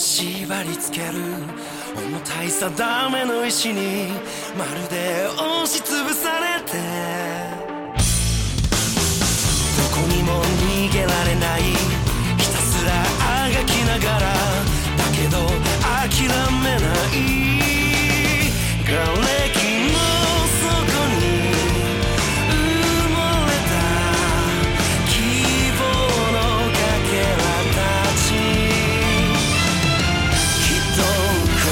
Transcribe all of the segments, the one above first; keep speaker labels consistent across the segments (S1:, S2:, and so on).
S1: りつける重たい定めの石にまるで押しつぶされてどこにも逃げられないひたすらあがきながらだけど諦めない瓦礫の底に埋もれた希望のかけらたちきっとこの手で見つけ出すさ世界の終わり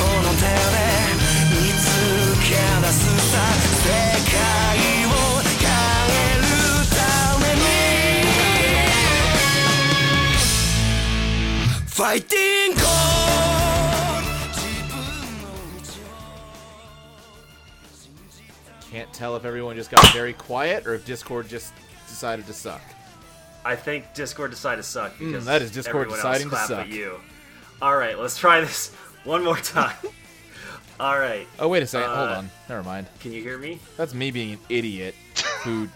S1: を変えるためにファイティング自分の道を
S2: Can't tell if everyone just got very quiet or if Discord just decided to suck.
S3: I think Discord decided to suck because
S2: Hmm, that is Discord
S3: everyone
S2: deciding
S3: else
S2: to suck.
S3: clapped At you. All right, let's try this one more time. All right,
S2: Oh, wait a second. Hold
S3: Uh,
S2: on. Never mind.
S3: can you hear me?
S2: That's me being an idiot who.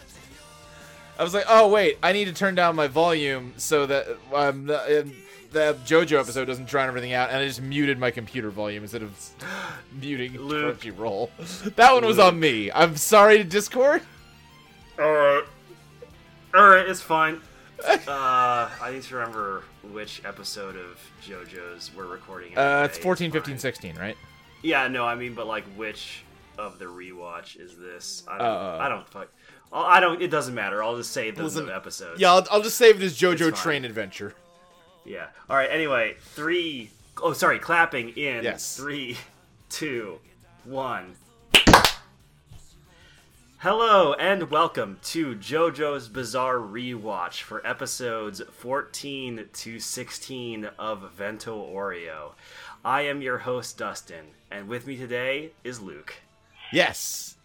S2: I was like, oh, wait, I need to turn down my volume so that um, the, um, the JoJo episode doesn't drown everything out, and I just muted my computer volume instead of muting
S3: Luke.
S2: Crunchyroll. That one was on me. I'm sorry, Discord.
S3: All right, all right, it's fine. uh, I need to remember which episode of JoJo's we're recording.
S2: Uh,
S3: anyway.
S2: it's 14, 15,
S3: fine.
S2: 16, right?
S3: Yeah, no, I mean, but like, which of the rewatch is this? I don't.
S2: Uh,
S3: I don't fuck. I'll- I don't. It doesn't matter. I'll just say the,
S2: Listen,
S3: the episodes.
S2: Yeah, I'll, I'll just save it as JoJo
S3: It's fine.
S2: Train Adventure.
S3: Yeah. All right. Anyway, three oh sorry, clapping in.
S2: Yes.
S3: Three, two, one. Hello and welcome to JoJo's Bizarre Rewatch for episodes 14 to 16 of Vento Oreo. I am your host, Dustin, and with me today is Luke
S2: Yes.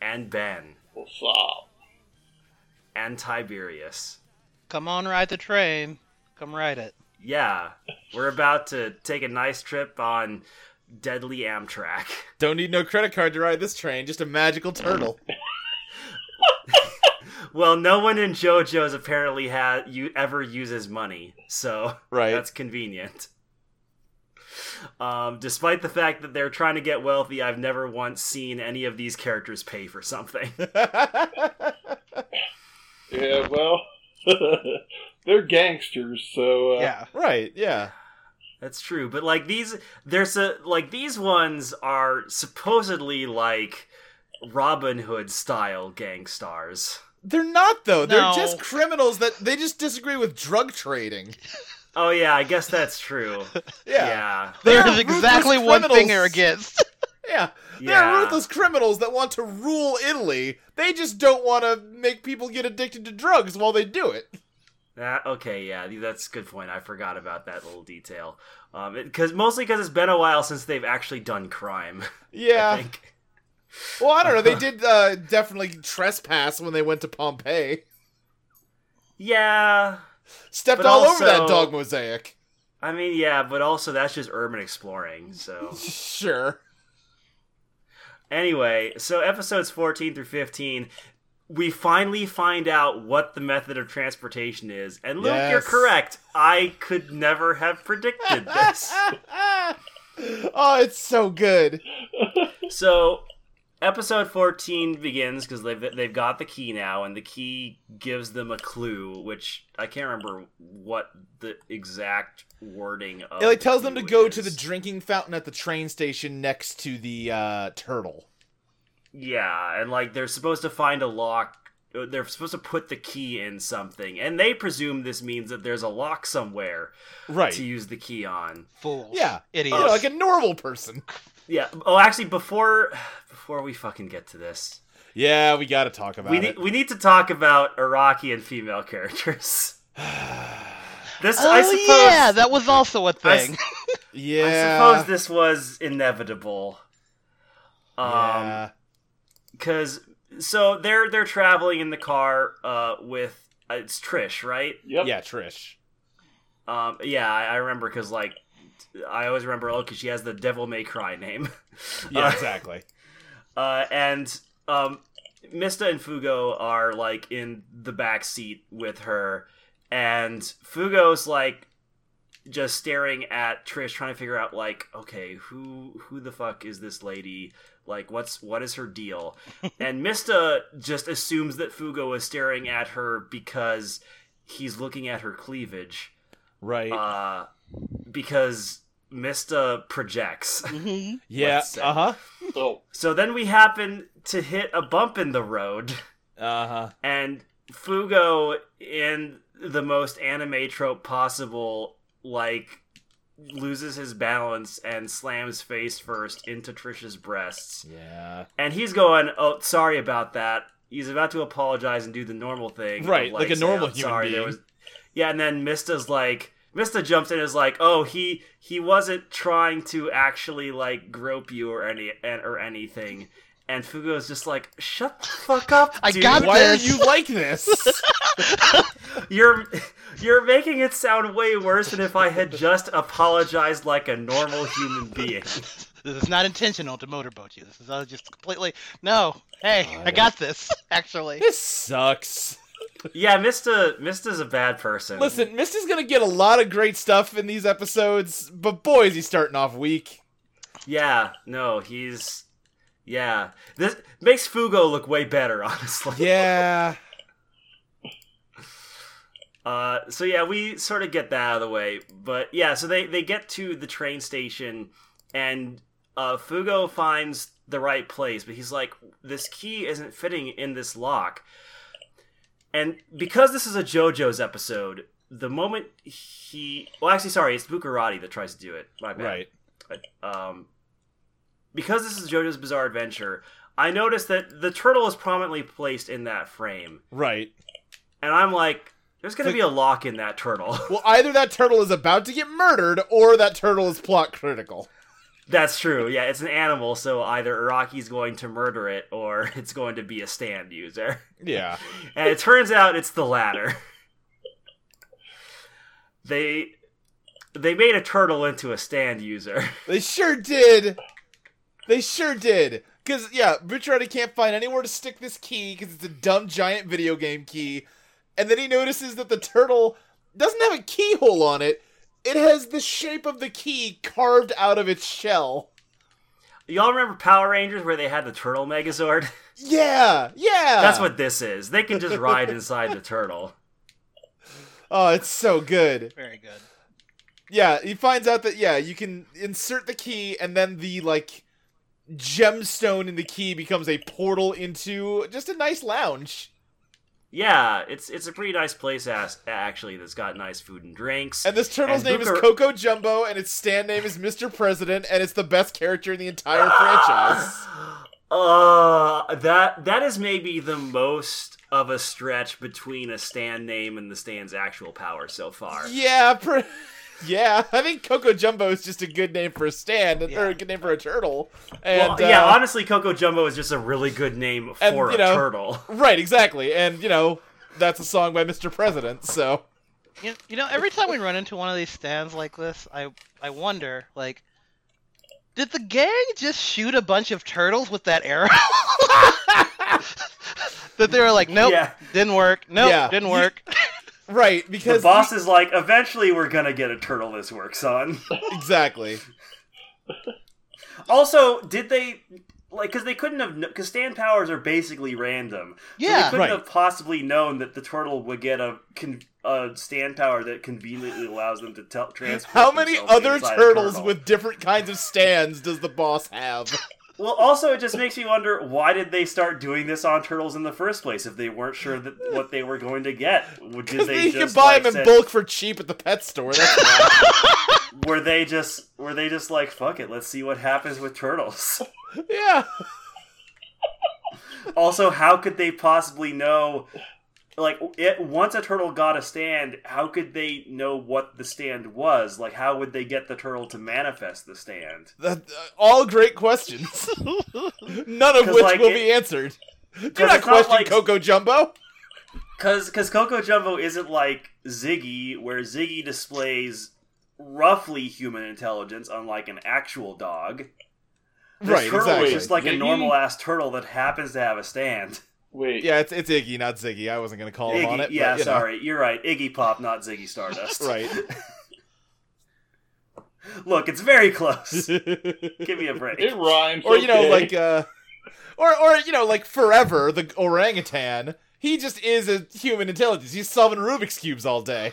S3: and Ben
S4: What's up?
S3: and Tiberius.
S5: Come on, ride the train. Come ride it.
S3: Yeah, we're about to take a nice trip on Deadly Amtrak.
S2: Don't need no credit card to ride this train, just a magical turtle.
S3: Well, no one in JoJo's apparently had you ever uses money, so
S2: Right.
S3: that's convenient. Um, despite the fact that they're trying to get wealthy, I've never once seen any of these characters pay for something.
S4: Yeah, well, they're gangsters, so uh,
S5: yeah.
S2: right, yeah.
S3: that's true, but like these, there's a like these ones are supposedly like Robin Hood style gang stars.
S2: They're not though. They're
S5: No.
S2: just criminals that they just disagree with drug trading.
S3: Oh yeah, I guess that's true.
S2: Yeah. Yeah.
S3: yeah.
S2: They're
S5: There is
S2: ruthless
S5: exactly one thing they're
S2: criminals.
S5: against.
S2: They're
S3: Yeah.
S2: ruthless criminals that want to rule Italy. They just don't want to make people get addicted to drugs while they do it.
S3: That, Ah, okay, yeah, that's a good point. I forgot about that little detail. Um, it, cause, mostly because it's been a while since they've actually done crime. I
S2: Yeah.
S3: think.
S2: well, I don't know. They did uh, definitely trespass when they went to Pompeii.
S3: Yeah,
S2: Stepped
S3: But
S2: all over that
S3: also-
S2: dog mosaic.
S3: I mean, yeah, but also that's just urban exploring. So
S2: Sure.
S3: anyway, so episodes fourteen through fifteen, we finally find out what the method of transportation is. And Luke, you're
S2: Yes.
S3: correct. I could never have predicted this.
S2: oh, it's so good.
S3: So, episode 14 begins because they've, they've got the key now, and the key gives them a clue, which I can't remember what the exact wording of.
S2: It like
S3: the
S2: tells them to
S3: clue
S2: go to the
S3: is.
S2: drinking fountain at the train station next to the uh, turtle.
S3: Yeah, and like they're supposed to find a lock. They're supposed to put the key in something, and they presume this means that there's a lock somewhere
S2: Right.
S3: to use the key on.
S5: Fools.
S2: Yeah.
S5: Idiots.
S2: You know, like a normal person.
S3: Yeah. Oh, actually, before before we fucking get to this,
S2: Yeah, we got to talk about
S3: we
S2: it.
S3: need we need to talk about Iraqi and female characters. This I suppose.
S5: Oh, yeah, that was also a
S3: I
S5: thing.
S2: yeah.
S3: I suppose this was inevitable. Um,
S2: yeah.
S3: because so they're they're traveling in the car uh with uh, it's Trish, right?
S4: yep.
S2: yeah, Trish.
S3: Um, yeah, I, I remember because like I always remember oh, 'cause she has the Devil May Cry name.
S2: Yeah,
S3: Uh,
S2: exactly.
S3: Uh, and um, Mista and Fugo are like in the back seat with her, and Fugo's like just staring at Trish, trying to figure out like, okay, who who the fuck is this lady? Like, what's what is her deal? and Mista just assumes that Fugo is staring at her because he's looking at her cleavage,
S2: Right.
S3: uh, because Mista projects.
S5: Mhm.
S2: yeah.
S3: let's say.
S2: Uh huh.
S4: Oh,
S3: so then we happen to hit a bump in the road.
S2: Uh huh.
S3: and Fugo in the most anime trope possible, like loses his balance and slams face first into Trisha's breasts.
S2: Yeah.
S3: And he's going, "Oh, sorry about that." He's about to apologize and do the normal thing, of,
S2: Right, like a
S3: saying,
S2: normal
S3: "I'm
S2: human being."
S3: Yeah, and then Mista's like, Mista jumps in and is like, "Oh, he he wasn't trying to actually like grope you or any and or anything." And Fugo's just like, "Shut the fuck up,
S5: I
S3: dude.
S5: got
S2: Why
S5: This.
S2: are you like this?
S3: You're you're making it sound way worse than if I had just apologized like a normal human being.
S5: This is not intentional to motorboat you. This is uh, just completely no. Hey, I got this. Actually,
S2: this sucks.
S3: Yeah, Mista Mista's a bad person.
S2: Listen, Misty's gonna get a lot of great stuff in these episodes, but boy, is he starting off weak.
S3: Yeah, no, he's yeah. This makes Fugo look way better, honestly.
S2: Yeah.
S3: Uh, so yeah, we sort of get that out of the way, but yeah, so they they get to the train station, and uh, Fugo finds the right place, but he's like, this key isn't fitting in this lock. And because this is a JoJo's episode, the moment he well, actually, sorry, it's Bucarati that tries to do it. My bad.
S2: Right.
S3: Um, because this is JoJo's Bizarre Adventure, I noticed that the turtle is prominently placed in that frame,
S2: Right.
S3: and I'm like, there's gonna
S2: Like-
S3: be a lock in that turtle.
S2: Well, either that turtle is about to get murdered, or that turtle is plot critical.
S3: That's true. Yeah, it's an animal, so either Iraqi's going to murder it or it's going to be a stand user.
S2: Yeah.
S3: And it turns out it's the latter. They they made a turtle into a stand user.
S2: They sure did. They sure did. Cause yeah, Bucciarati can't find anywhere to stick this key because it's a dumb giant video game key, and then he notices that the turtle doesn't have a keyhole on it. It has the shape of the key carved out of its shell.
S3: Y'all remember Power Rangers where they had the turtle megazord?
S2: Yeah, yeah.
S3: That's what this is. They can just ride inside the turtle.
S2: Oh, it's so good.
S5: very good.
S2: Yeah, he finds out that yeah, you can insert the key and then the like gemstone in the key becomes a portal into just a nice lounge.
S3: Yeah, it's it's a pretty nice place as, actually that's got nice food and drinks.
S2: And this turtle's
S3: And
S2: name is
S3: Booker-
S2: Coco Jumbo and its stand name is Mr. President and it's the best character in the entire franchise.
S3: Uh, that that is maybe the most of a stretch between a stand name and the stand's actual power so far.
S2: Yeah, pre- yeah, I think Coco Jumbo is just a good name for a stand or a good name for a turtle. And
S3: well, yeah,
S2: uh,
S3: honestly, Coco Jumbo is just a really good name for
S2: And, you
S3: a
S2: know-
S3: turtle.
S2: right, exactly. And you know, that's a song by Mr. President, so
S5: You, you know, every time we run into one of these stands like this, I I wonder like, did the gang just shoot a bunch of turtles with that arrow? that they were like, nope,
S3: Yeah.
S5: didn't work. Nope,
S2: Yeah.
S5: didn't work.
S2: right,
S3: The
S2: because
S3: boss is like, eventually we're gonna get a turtle this works on.
S2: exactly.
S3: also, did they like because they couldn't have because stand powers are basically random. So they
S5: Yeah.
S3: couldn't
S2: Right.
S3: have possibly known that the turtle would get a con- a stand power that conveniently allows them to tell transfer.
S2: How many other turtles
S3: turtle.
S2: with different kinds of stands does the boss have?
S3: Well, also, it just makes me wonder why did they start doing this on turtles in the first place if they weren't sure that what they were going to get? Would- Did
S2: Because
S3: they
S2: you can
S3: just
S2: buy
S3: like,
S2: them in
S3: said-
S2: bulk for cheap at the pet store. That's why.
S3: Were they just were they just like fuck it? Let's see what happens with turtles.
S2: yeah.
S3: also, how could they possibly know? Like, it, once a turtle got a stand, how could they know what the stand was? Like, how would they get the turtle to manifest the stand?
S2: That, uh, all great questions. None of
S3: 'Cause,
S2: which
S3: like,
S2: will
S3: it-
S2: be answered. Do
S3: it's
S2: not
S3: not
S2: question
S3: like-
S2: Coco Jumbo.
S3: Cause, cause Coco Jumbo isn't like Ziggy, where Ziggy displays roughly human intelligence, unlike an actual dog. This
S2: Right,
S3: turtle
S2: exactly.
S3: is just like a
S4: Ziggy-
S3: normal ass turtle that happens to have a stand.
S4: wait.
S2: Yeah, it's, it's Iggy, not Ziggy. I wasn't going to call him
S3: Iggy,
S2: on it.
S3: yeah,
S2: but, you know.
S3: sorry, you're right. Iggy Pop, not Ziggy Stardust.
S2: Right.
S3: Look, it's very close. Give me a break.
S4: It rhymes.
S2: or you know
S4: okay.
S2: like uh or or you know like forever the orangutan he just is a human intelligence he's solving rubik's cubes all day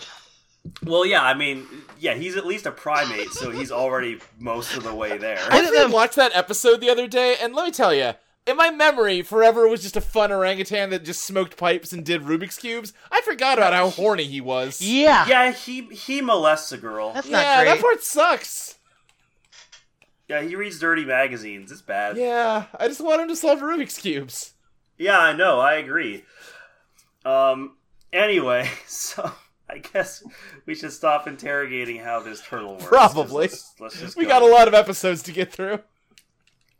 S3: Well, yeah, I mean, yeah, he's at least a primate, so he's already most of the way there.
S2: i didn't watch that episode the other day and let me tell you in my memory forever was just a fun orangutan that just smoked pipes and did rubik's cubes i forgot about how horny he was
S5: Yeah.
S3: Yeah, he he molests a girl.
S5: That's not
S2: yeah
S5: great.
S2: that part sucks
S3: Yeah, he reads dirty magazines. It's bad.
S2: yeah i just want him to solve rubik's cubes
S3: Yeah, I know. I agree. Um. Anyway, so I guess we should stop interrogating how this turtle works. 'cause
S2: Probably.
S3: Let's, let's just
S2: we
S3: go.
S2: got a lot of episodes to get through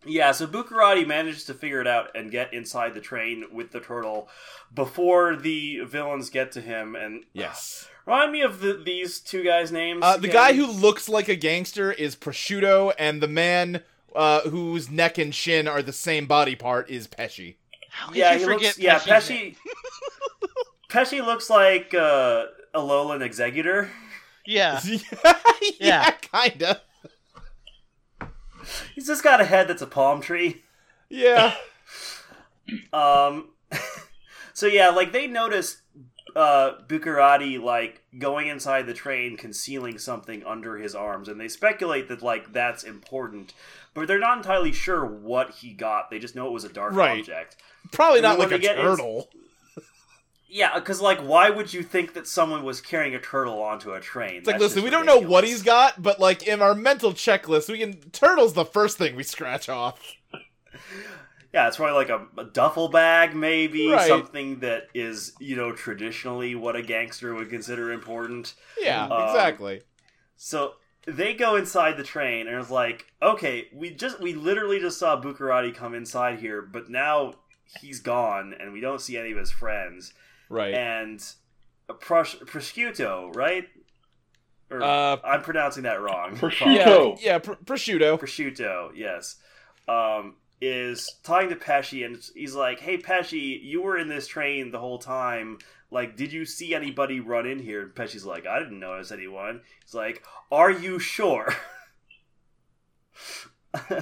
S3: Yeah, so Buccarati manages to figure it out and get inside the train with the turtle before the villains get to him. And
S2: yes
S3: remind me of the, these two guys' names.
S2: Uh, the
S3: again.
S2: guy who looks like a gangster is Prosciutto, and the man uh, whose neck and shin are the same body part is Pesci.
S5: How could
S3: yeah,
S5: you
S3: he
S5: forget
S3: looks, yeah,
S5: Pesci's name?
S3: Pesci. Pesci looks like uh, a Alolan Executor.
S5: Yeah.
S2: yeah,
S5: Yeah.
S2: kinda.
S3: He's just got a head that's a palm tree.
S2: Yeah,
S3: Um, so yeah, like they notice uh, Buccarati like going inside the train, concealing something under his arms, and they speculate that like that's important, but they're not entirely sure what he got. They just know it was a dark
S2: Right.
S3: object.
S2: probably
S3: And
S2: not
S3: when
S2: like a
S3: we get ins-
S2: turtle.
S3: Yeah, because like, why would you think that someone was carrying a turtle onto a train?
S2: It's like, listen, we don't know what he's got, but like in our mental checklist, we can turtle's the first thing we scratch off.
S3: Yeah, it's probably like a, a duffel bag, maybe
S2: Right.
S3: something that is you know traditionally what a gangster would consider important.
S2: Yeah,
S3: Um,
S2: exactly.
S3: So they go inside the train and it's like, okay, we just we literally just saw Buccarati come inside here, but now he's gone and we don't see any of his friends.
S2: Right.
S3: And Pros- Prosciutto, right? Or,
S2: Uh,
S3: I'm pronouncing that wrong.
S2: yeah,
S4: Prosciutto.
S2: yeah, pr- prosciutto.
S3: Prosciutto, yes. Um, is talking to Pesci and he's like, "Hey Pesci, you were in this train the whole time. Like, did you see anybody run in here?" And Pesci's like, "I didn't notice anyone." He's like, "Are you sure?"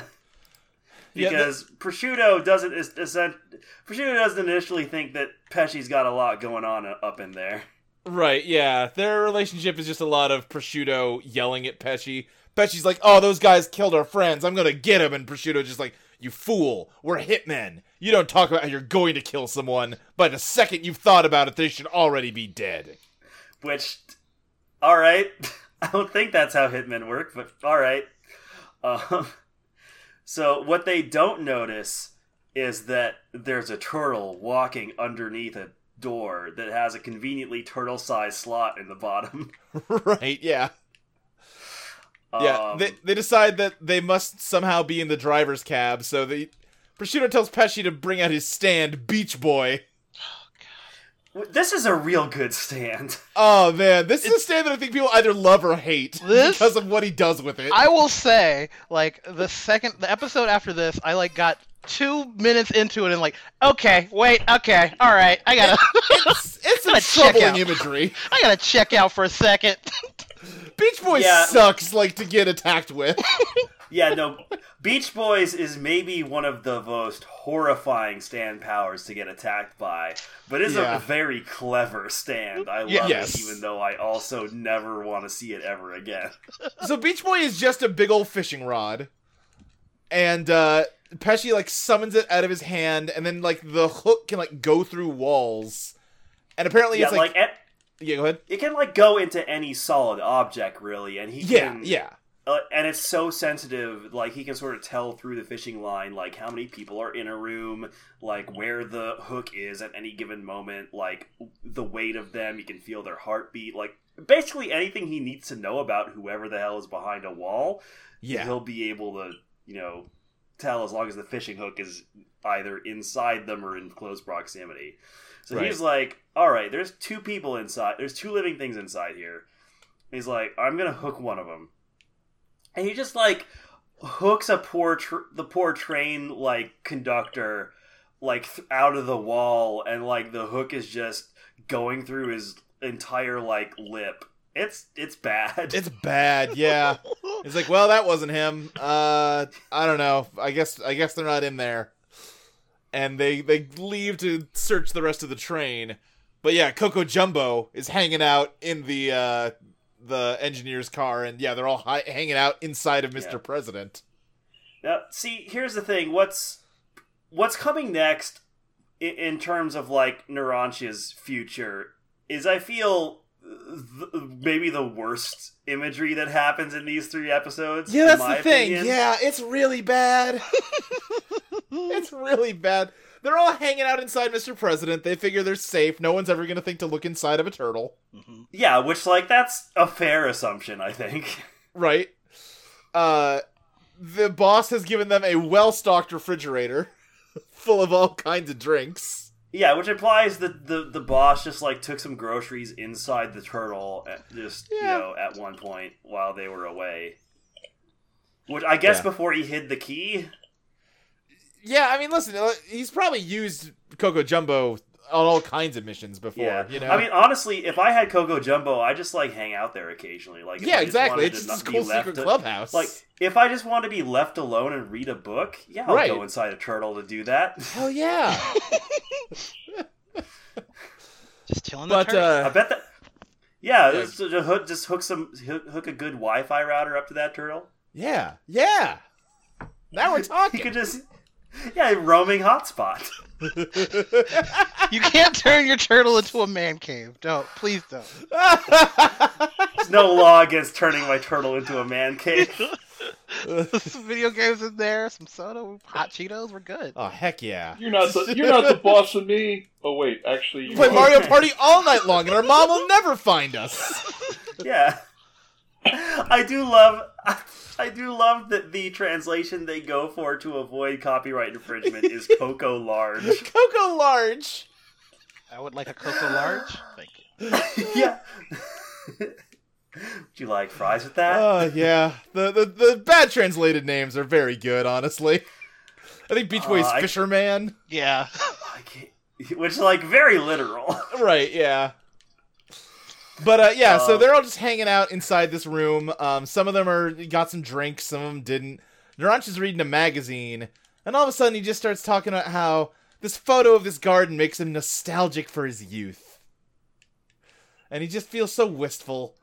S2: Yeah,
S3: because Prosciutto doesn't is, is, Prosciutto doesn't initially think that Pesci's got a lot going on uh, up in there.
S2: Right, yeah. Their relationship is just a lot of Prosciutto yelling at Pesci. Pesci's like, oh, those guys killed our friends. I'm going to get them. And Prosciutto's just like, you fool. We're hitmen. You don't talk about how you're going to kill someone. By the second you've thought about it, they should already be dead.
S3: Which, all right, I don't think that's how hitmen work, but all right. Um, so what they don't notice is that there's a turtle walking underneath a door that has a conveniently turtle-sized slot in the bottom.
S2: right, yeah. Yeah,
S3: Um,
S2: they, they decide that they must somehow be in the driver's cab, so the Prosciutto tells Pesci to bring out his stand, Beach Boy.
S3: w- this is a real good stand.
S2: Oh, man. This is a stand that I think people either love or hate
S5: This-
S2: because of what he does with it.
S5: I will say, like the second, the episode after this, I like got two minutes into it and like, okay, wait, okay, all right, I gotta,
S2: it's it's some
S5: Gonna check
S2: troubling
S5: out.
S2: imagery.
S5: I gotta check out for a second.
S2: Beach Boys
S3: Yeah.
S2: sucks like to get attacked with.
S3: Yeah, no, Beach Boys is maybe one of the most horrifying stand powers to get attacked by, but it's
S2: Yeah.
S3: a very clever stand. I love
S2: Yes.
S3: it, even though I also never want to see it ever again.
S2: so Beach Boy is just a big old fishing rod, and uh, Pesci like summons it out of his hand, and then like the hook can like go through walls, and apparently
S3: yeah,
S2: it's
S3: like,
S2: like,
S3: it,
S2: yeah, go ahead.
S3: it can like go into any solid object really, and he
S2: Yeah,
S3: can,
S2: yeah,
S3: uh, and it's so sensitive. Like he can sort of tell through the fishing line, like how many people are in a room, like where the hook is at any given moment, like the weight of them. You can feel their heartbeat, like basically anything he needs to know about whoever the hell is behind a wall.
S2: yeah,
S3: he'll be able to, you know, tell as long as the fishing hook is either inside them or in close proximity. So
S2: Right.
S3: he's like, "All right, there's two people inside. There's two living things inside here." And he's like, "I'm gonna hook one of them," and he just like hooks a poor tr- the poor train like conductor like th- out of the wall, and like the hook is just going through his entire like lip. It's it's bad.
S2: it's bad. Yeah, It's like, well, that wasn't him. Uh, I don't know. I guess I guess they're not in there. And they they leave to search the rest of the train. But yeah, Coco Jumbo is hanging out in the uh, the engineer's car, and yeah, they're all hi- hanging out inside of Mr.
S3: Yeah.
S2: President.
S3: Now, see, here's the thing. What's what's coming next in, in terms of like Naranja's future is I feel th- maybe the worst imagery that happens in these three episodes. in my opinion.
S2: Yeah, it's really bad. it's really bad. They're all hanging out inside Mr. President. They figure they're safe. No one's ever going to think to look inside of a turtle.
S3: Yeah, which like that's a fair assumption, I think.
S2: right? Uh, the boss has given them a well-stocked refrigerator full of all kinds of drinks.
S3: Yeah, which implies that the the boss just like took some groceries inside the turtle, at, just
S2: Yeah.
S3: you know, at one point while they were away. Which I guess
S2: Yeah.
S3: before he hid the key.
S2: Yeah, I mean, listen, uh, he's probably used Coco Jumbo on all kinds of missions before.
S3: Yeah,
S2: You know,
S3: I mean, honestly, if I had Coco Jumbo, I just like hang out there occasionally. Like, if
S2: yeah,
S3: I just
S2: exactly.
S3: wanted
S2: It's
S3: to
S2: just this
S3: not be
S2: cool
S3: left
S2: secret
S3: to-
S2: clubhouse.
S3: Like, if I just want to be left alone and read a book, yeah, I'll
S2: Right.
S3: go inside a turtle to do that.
S2: hell yeah!
S5: Just chilling the
S2: but
S5: turtle.
S3: I
S2: uh,
S3: bet that. Yeah,
S2: Yeah.
S3: Just, just hook, just hook some hook hook a good Wi-Fi router up to that turtle.
S2: yeah, yeah. Now we're
S3: He could
S2: talking.
S3: just, yeah, roaming hotspot. uh,
S5: you can't turn your turtle into a man cave. Don't. Please don't.
S3: There's no law against turning my turtle into a man cave.
S5: some video games in there, some soda, hot Cheetos. We're good.
S2: oh heck yeah!
S4: You're not the you're not the boss of me. Oh wait, actually, you
S2: We play
S4: are.
S2: Mario Party all night long, and our mom will never find us.
S3: Yeah, I do love. I do love that the translation they go for to avoid copyright infringement is Coco Large.
S2: Coco Large.
S5: I would like a Cocoa Large. Thank you.
S3: yeah. Would you like fries with that?
S2: Oh yeah, the, the the bad translated names are very good, honestly. I think Beach Boy's
S3: Uh, I-
S2: Fisherman.
S5: Yeah.
S3: I can't- Which like very literal.
S2: Right, yeah. But uh, yeah, so
S3: Uh,
S2: they're all just hanging out inside this room. Um, some of them are got some drinks, some of them didn't. Naranj is reading a magazine, and all of a sudden he just starts talking about how this photo of this garden makes him nostalgic for his youth, and he just feels so wistful.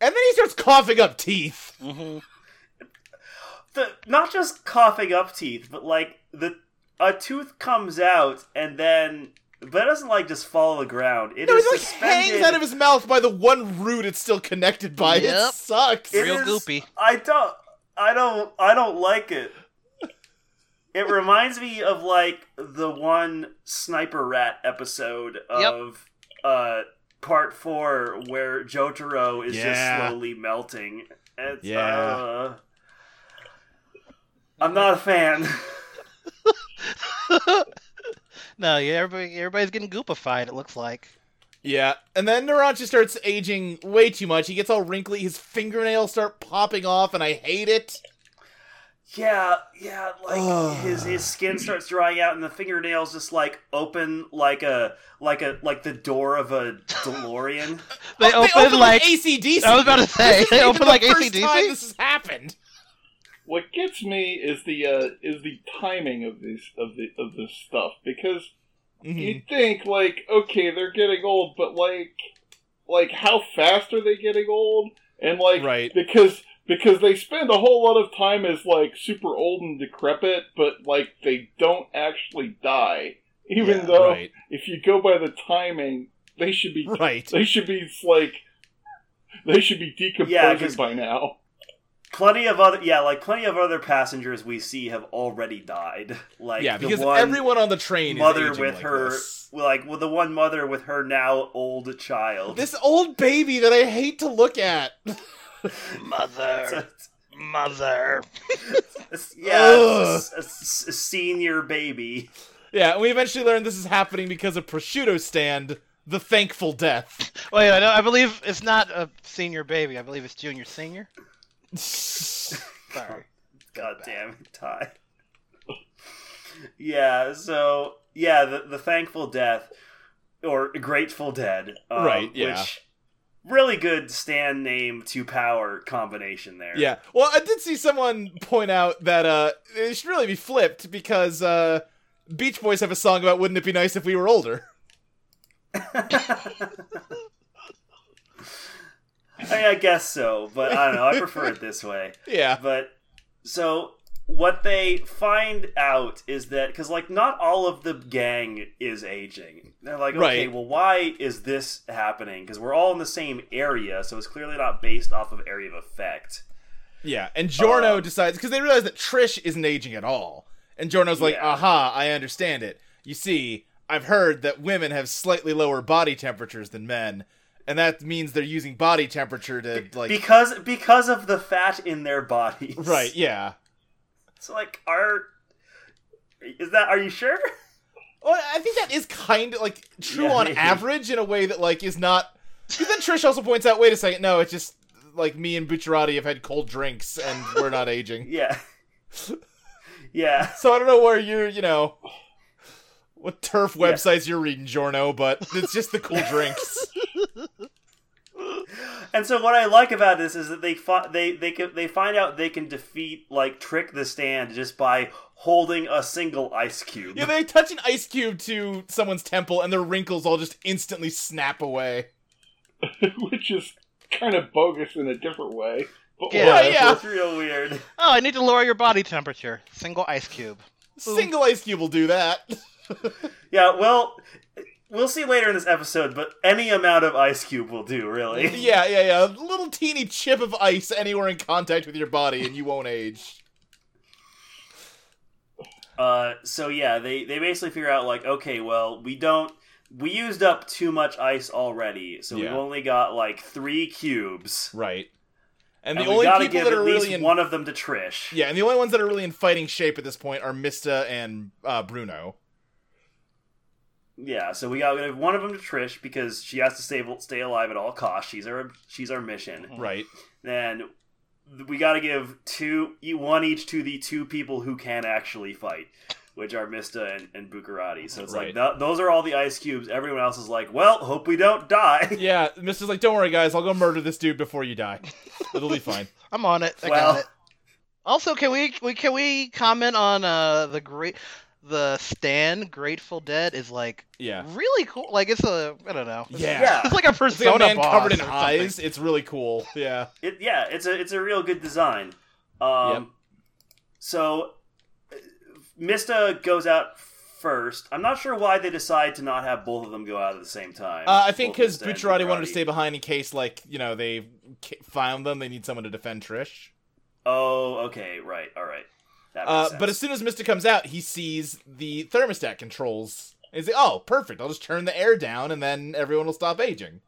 S2: And then he starts coughing up teeth.
S5: hmm
S3: the not just coughing up teeth, but like the a tooth comes out and then but it doesn't like just fall to the ground. It is
S2: No, it like
S3: suspended.
S2: hangs out of his mouth by the one root it's still connected by. It
S5: Yep.
S2: sucks.
S3: It
S5: Real
S3: is-
S5: goopy.
S3: I don't I don't I don't like it. It reminds me of like the one sniper rat episode
S5: Yep.
S3: of uh part 4 where Jotaro is
S2: Yeah.
S3: just slowly melting. It's,
S2: Yeah.
S3: uh, I'm not a fan.
S5: No, yeah, everybody, everybody's getting goopified. It looks like.
S2: yeah, and then Naranji starts aging way too much. He gets all wrinkly. His fingernails start popping off, and I hate it.
S3: Yeah, yeah, like
S2: Ugh.
S3: his his skin starts drying out and the fingernails just like open like a like a like the door of a DeLorean.
S5: They
S2: Oh,
S5: open
S2: with
S5: like.
S2: ACDC.
S5: I was about to say
S2: This
S5: they
S2: isn't
S5: open
S2: even
S5: like
S2: the first time
S5: ACDC.
S2: This has happened.
S4: What gets me is the uh, is the timing of these of the of this stuff because
S2: Mhm.
S3: Mm-hmm.
S4: you'd think like okay they're getting old, but like like how fast are they getting old? And like
S2: Right.
S4: because because they spend a whole lot of time as like super old and decrepit, but like they don't actually die. Even
S5: Yeah,
S4: though
S2: Right,
S4: if you go by the timing, they should be
S2: right.
S4: They should be like, they should be decomposing
S3: Yeah, 'cause-
S4: by now.
S3: Plenty of other yeah, like plenty of other passengers we see have already died. Like
S2: yeah,
S3: the
S2: because
S3: one
S2: everyone on the train
S3: mother
S2: is aging
S3: with
S2: like
S3: her
S2: This.
S3: like well the one mother with her now old child.
S2: This old baby that I hate to look at.
S3: It's
S5: Mother,
S3: a-
S5: mother.
S3: it's- yeah, it's a, a s- a senior baby.
S2: yeah, and we eventually learn this is happening because of prosciutto stand, the thankful death.
S5: Wait, I, know, I believe it's not a senior baby. I believe it's junior senior. Sorry.
S3: God damn it, Ty. yeah, so yeah, the the thankful death or grateful dead, um,
S2: Right, yeah.
S3: Which really good stand name to power combination there.
S2: Yeah. Well, I did see someone point out that uh, it should really be flipped because uh, Beach Boys have a song about "Wouldn't it be nice if we were older."
S3: I, mean, I guess so, but I don't know. I prefer it this way.
S2: Yeah.
S3: But so what they find out is that because like not all of the gang is aging. They're like, okay,
S2: Right.
S3: well, why is this happening? Because we're all in the same area, so it's clearly not based off of area of effect.
S2: Yeah. And Jorno
S3: Um,
S2: decides because they realize that Trish isn't aging at all, and Jorno's like,
S3: Yeah.
S2: "Aha! I understand it. You see, I've heard that women have slightly lower body temperatures than men." And that means they're using body temperature to like
S3: because because of the fat in their bodies.
S2: Right, yeah.
S3: So like, are is that? Are you sure?
S2: Well, I think that is kind of like true
S3: Yeah,
S2: on
S3: maybe.
S2: average in a way that like is not. Because then Trish also points out, wait a second, no, it's just like me and Bucciarati have had cold drinks and we're not aging.
S3: Yeah. yeah.
S2: So I don't know where you're, you know, what turf websites you're reading, Jorno, but it's just the cool drinks.
S3: And so what I like about this is that they fi- they they can, they find out they can defeat like trick the stand just by holding a single ice cube.
S2: yeah, they touch an ice cube to someone's temple and their wrinkles all just instantly snap away.
S4: which is kind of bogus in a different way. But
S5: Yeah.
S4: whatever.
S2: yeah.
S3: It's real weird.
S5: Oh, I need to lower your body temperature. Single ice cube.
S2: Single ice cube will do that.
S3: Yeah, well, we'll see later in this episode, but any amount of ice cube will do, really.
S2: yeah, yeah, yeah. A little teeny chip of ice anywhere in contact with your body and you won't age.
S3: Uh, so yeah, they they basically figure out like, okay, well, we don't we used up too much ice already, so we've
S2: Yeah.
S3: only got like three cubes.
S2: Right. And,
S3: And,
S2: the
S3: we
S2: only
S3: gotta
S2: people
S3: give
S2: that
S3: at
S2: are really
S3: least
S2: in
S3: one of them to Trish.
S2: yeah, and the only ones that are really in fighting shape at this point are Mista and uh, Bruno.
S3: Yeah, so we got we have one of them to Trish because she has to stay stay alive at all costs. She's our she's our
S5: Mm-hmm.
S3: mission.
S2: Right.
S3: Then we got to give two e- one each to the two people who can actually fight, which are Mista and, and Bukarati. So it's
S2: Right.
S3: like th- those are all the ice cubes. Everyone else is like, well, hope we don't die.
S2: Yeah, Mista's like, don't worry, guys, I'll go murder this dude before you die. It'll be fine.
S5: I'm on it. I
S3: Well-
S5: got it. Also, can we, we can we comment on uh the great the Stan Grateful Dead is like
S2: Yeah.
S5: really cool. Like it's a I don't know. It's-
S2: Yeah.
S3: Yeah.
S5: It's like a
S2: It's like a
S5: persona
S2: man
S5: boss
S2: covered in
S5: or something.
S2: eyes. It's really cool. Yeah.
S3: It, yeah, it's a it's a real good design. Um,
S2: Yep.
S3: So uh, Mista goes out first. I'm not sure why they decide to not have both of them go out at the same time.
S2: Uh, I think
S3: Both
S2: because
S3: Mista and
S2: Bucciarati wanted to
S3: Bucciarati.
S2: stay behind in case, like, you know, they ki- found them. They need someone to defend Trish.
S3: Oh, okay, right, all right. That makes
S2: Uh,
S3: sense.
S2: but as soon as Mista comes out, he sees the thermostat controls. He's like, oh, perfect. I'll just turn the air down and then everyone will stop aging.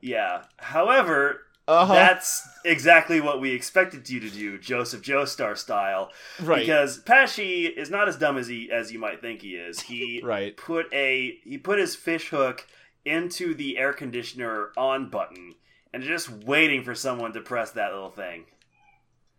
S3: yeah. However,
S2: Uh-huh.
S3: that's exactly what we expected you to do, Joseph Joestar style,
S2: right.
S3: because Pesci is not as dumb as he as you might think he is. He
S2: right.
S3: put a he put his fish hook into the air conditioner on button and just waiting for someone to press that little thing.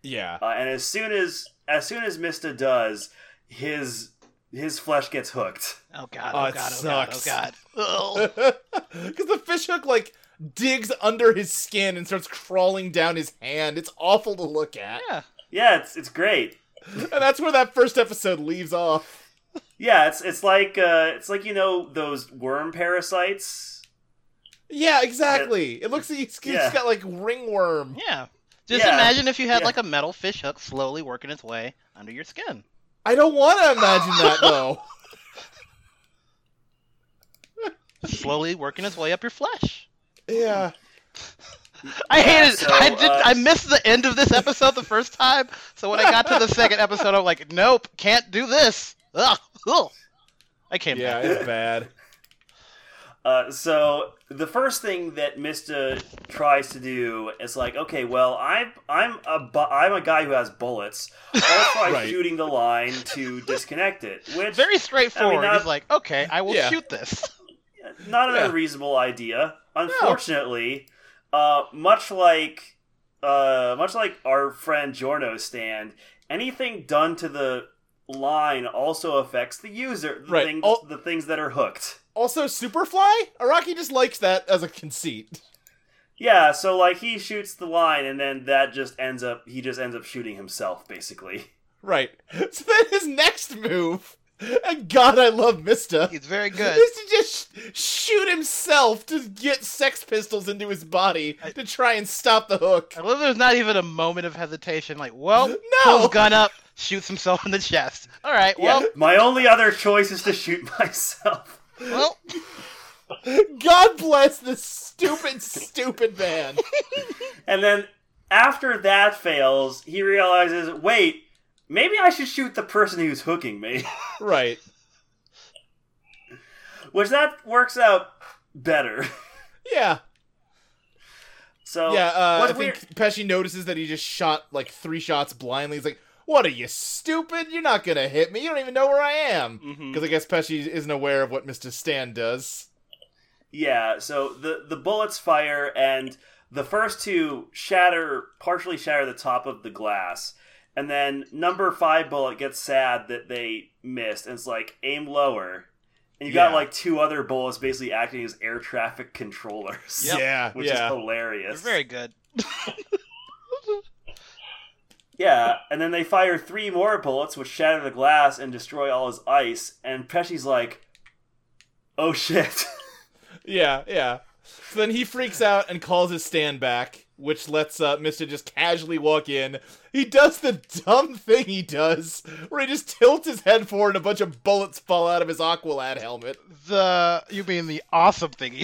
S2: Yeah.
S3: Uh, and as soon as as soon as Mista does, his his flesh gets hooked.
S5: Oh god.
S2: Oh,
S5: Oh,
S2: it
S5: god.
S2: sucks.
S5: Oh god. Oh god. Ugh.
S2: Because the fish hook, like, digs under his skin and starts crawling down his hand. It's awful to look at.
S5: yeah.
S3: Yeah, it's it's great.
S2: And that's where that first episode leaves off.
S3: Yeah, it's it's like uh, it's like you know those worm parasites.
S2: Yeah, exactly. It looks like he's, he's
S3: Yeah.
S2: got, like, ringworm.
S5: Yeah. Just
S3: Yeah.
S5: imagine if you had
S3: Yeah.
S5: like a metal fish hook slowly working its way under your skin.
S2: I don't want to imagine that, though.
S5: Slowly working its way up your flesh.
S2: yeah.
S5: I hated
S3: so,
S5: I did
S3: uh,
S5: I missed the end of this episode the first time, so when I got to the second episode I'm like, Nope, can't do this. Ugh, ugh. I came
S2: Yeah,
S5: back.
S2: it's bad.
S3: Uh, so the first thing that Mista tries to do is like, okay, well, I'm I'm a bu- I'm a guy who has bullets. I'll try
S2: Right.
S3: shooting the line to disconnect it, which
S5: Very straightforward.
S3: I mean, not-
S5: He's like, Okay, I will
S2: Yeah.
S5: shoot this.
S3: eh, not an
S2: Yeah.
S3: unreasonable idea. Unfortunately, uh, much like uh, much like our friend Jorno's stand, anything done to the line also affects the user, the,
S2: Right.
S3: things,
S2: All-
S3: the things that are hooked.
S2: Also, Superfly? Araki just likes that as a conceit.
S3: Yeah, so like he shoots the line, and then that just ends up he just ends up shooting himself, basically.
S2: Right. So then his next move, and God, I love Mista,
S5: He's very good.
S2: is to just sh- shoot himself to get Sex Pistols into his body to try and stop the hook.
S5: I love there's not even a moment of hesitation. Like, well,
S2: No!
S5: pulls gun up, shoots himself in the chest. All right,
S3: Yeah,
S5: well,
S3: my only other choice is to shoot myself.
S5: well,
S2: God bless this stupid, stupid man.
S3: And then after that fails, he realizes, wait, maybe I should shoot the person who's hooking me.
S2: Right.
S3: Which that works out better.
S2: Yeah.
S3: So
S2: yeah. Uh, I
S3: what's
S2: think
S3: weird,
S2: Pesci notices that he just shot like three shots blindly. He's like, "What are you stupid? You're not gonna hit me. You don't even know where I am."
S3: Mm.
S2: Because I guess Pesci isn't aware of what Mister Stan does.
S3: yeah, so the the bullets fire and the first two shatter partially shatter the top of the glass. And then number five bullet gets sad that they missed and it's like aim lower. And you got
S2: Yeah.
S3: like two other bullets basically acting as air traffic controllers.
S2: Yeah.
S3: Which
S2: yeah.
S3: is hilarious.
S5: it's very good.
S3: Yeah, and then they fire three more bullets, which shatter the glass and destroy all his ice. And Pesci's like, "Oh shit!"
S2: Yeah, yeah. So then he freaks out and calls his stand back, which lets uh, Mister just casually walk in. He does the dumb thing he does, where he just tilts his head forward and a bunch of bullets fall out of his Aqualad helmet,
S5: The you mean the awesome thingy?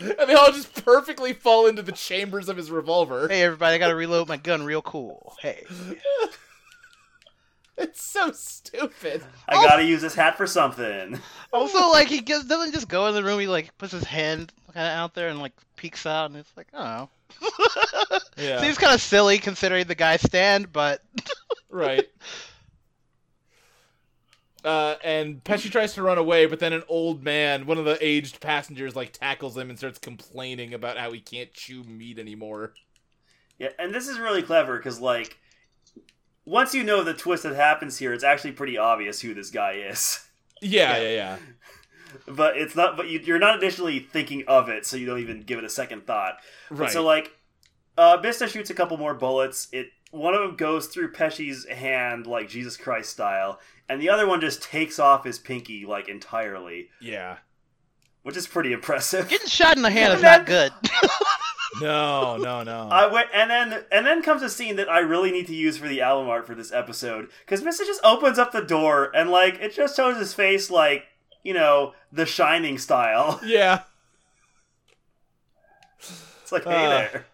S2: and they all just perfectly fall into the chambers of his revolver.
S5: hey, everybody, I gotta reload my gun real cool. Hey,
S2: It's so stupid.
S3: I gotta use this hat for something.
S5: also like he gives, doesn't just go in the room. He like puts his hand kind of out there and like peeks out, and it's like, oh,
S2: Yeah,
S5: seems kind of silly considering the guy's stand, but
S2: right. Uh, and Pesci tries to run away, but then an old man, one of the aged passengers, like tackles him and starts complaining about how he can't chew meat anymore.
S3: Yeah, and this is really clever because like, once you know the twist that happens here, it's actually pretty obvious who this guy is.
S2: Yeah, yeah, yeah.
S3: But it's not. But you, you're not initially thinking of it, so you don't even give it a second thought.
S2: Right.
S3: So like, uh, Bista shoots a couple more bullets. It one of them goes through Pesci's hand like Jesus Christ style, and the other one just takes off his pinky like entirely,
S2: yeah.
S3: which is pretty impressive.
S5: getting shot in the hand is
S3: And then-
S5: not good.
S2: No, no, no.
S3: I went, and then and then comes a scene that I really need to use for the album art for this episode because Mister just opens up the door and like it just shows his face like you know the Shining style.
S2: yeah.
S3: It's like hey
S2: Uh,
S3: there.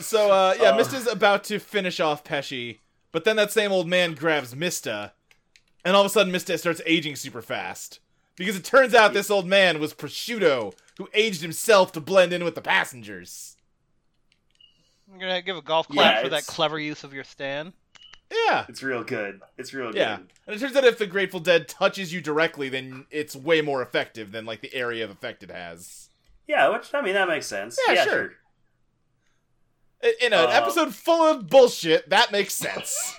S2: So, uh, yeah,
S3: Uh.
S2: Mista's about to finish off Pesci, but then that same old man grabs Mista, and all of a sudden Mista starts aging super fast. Because it turns out this old man was Prosciutto, who aged himself to blend in with the passengers.
S5: I'm gonna give a golf clap
S3: Yeah,
S5: for that
S3: it's-
S5: clever use of your stand.
S2: Yeah,
S3: It's real good. It's real
S2: yeah.
S3: good.
S2: And it turns out if the Grateful Dead touches you directly, then it's way more effective than, like, the area of effect it has.
S3: Yeah, which I mean that makes sense.
S2: Yeah, sure. I- In an
S3: Uh.
S2: episode full of bullshit, that makes sense.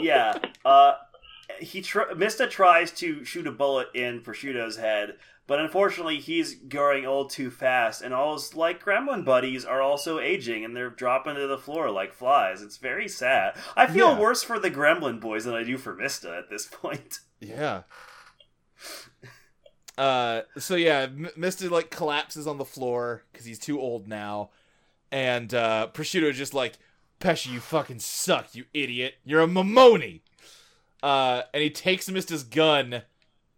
S3: yeah. Uh, he tr- Mista tries to shoot a bullet in Prosciutto's head, but unfortunately, he's growing old too fast, and all his like gremlin buddies are also aging, and they're dropping to the floor like flies. It's very sad. I feel
S2: Yeah.
S3: worse for the gremlin boys than I do for Mista at this point.
S2: Yeah. Uh, so yeah, M- Mister like collapses on the floor because he's too old now, and uh, Prosciutto is just like, "Pesci, you fucking suck, you idiot. You're a mamoni." Uh, and he takes Mista's gun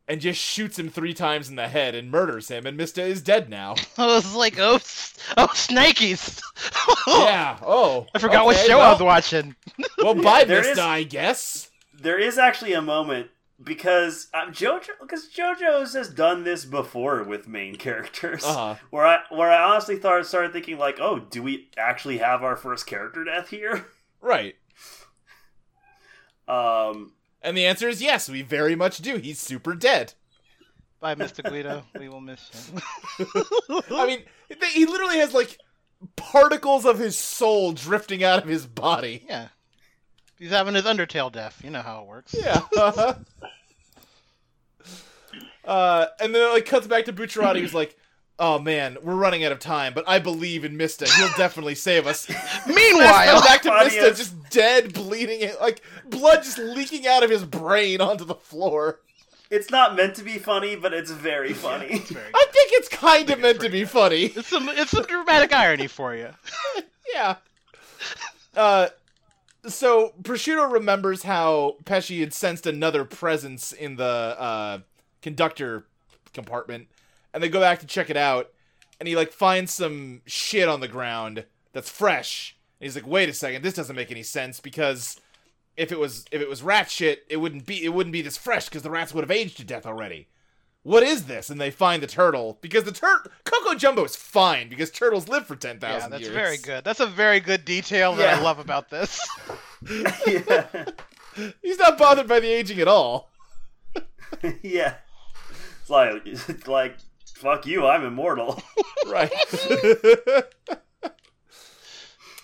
S2: and just shoots him three times in the head and murders him, and Mista is dead now.
S5: I was like, oh, s- oh, snakies.
S2: yeah. Oh,
S5: I forgot what
S2: okay,
S5: show I was
S2: well-
S5: watching.
S2: Well, bye,
S3: There
S2: Mista.
S3: is-
S2: I guess.
S3: There is actually a moment because um, JoJo because JoJo's has done this before with main characters.
S2: Uh-huh.
S3: Where I where I honestly thought started thinking like, oh, do we actually have our first character death here?
S2: Right.
S3: Um,
S2: And the answer is yes. We very much do. He's super dead.
S5: Bye, Mr. Guido. We will miss you.
S2: I mean, th- he literally has like particles of his soul drifting out of his body.
S5: Yeah. He's having his Undertale death. You know how it works.
S2: Yeah. uh, and then it like cuts back to Bucciarati, who's like, oh man, we're running out of time, but I believe in Mista. He'll definitely save us.
S5: Meanwhile,
S2: Flash back to Mista,
S6: funniest.
S2: just dead, bleeding, like blood just leaking out of his brain onto the floor.
S6: It's not meant to be funny, but it's very funny.
S5: very
S2: I think it's kind of meant to be funny.
S5: it's some it's some dramatic irony for you.
S2: Yeah. Uh, so Prosciutto remembers how Pesci had sensed another presence in the uh, conductor compartment, and they go back to check it out, and he like finds some shit on the ground that's fresh. And he's like, "Wait a second, this doesn't make any sense because if it was if it was rat shit, it wouldn't be it wouldn't be this fresh because the rats would have aged to death already." What is this? And they find the turtle because the turtle Coco Jumbo is fine because turtles live for ten
S5: Yeah,
S2: thousand
S5: that's
S2: years.
S5: very good. That's a very good detail that I
S2: Yeah.
S5: love about this.
S6: yeah.
S2: He's not bothered by the aging at all.
S6: yeah. It's like, it's like, fuck you, I'm immortal.
S2: Right.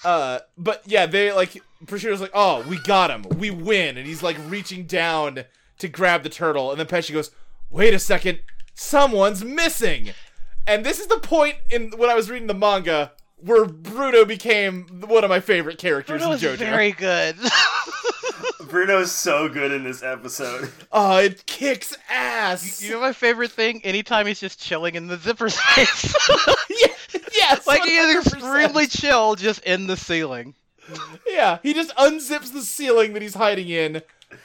S2: uh, but yeah, they like Prosciutto's like, oh, we got him, we win, and he's like reaching down to grab the turtle, and then Pesci goes, wait a second, someone's missing, and this is the point in when I was reading the manga where Bruno became one of my favorite characters
S5: Bruno
S2: in
S5: was
S2: JoJo.
S5: very good.
S6: Bruno's so good in this episode.
S2: Oh, it kicks ass.
S5: you know my favorite thing? Anytime he's just chilling in the zipper space.
S2: yeah, yes,
S5: like he is
S2: 100%.
S5: extremely chill just in the ceiling.
S2: Yeah, he just unzips the ceiling that he's hiding in.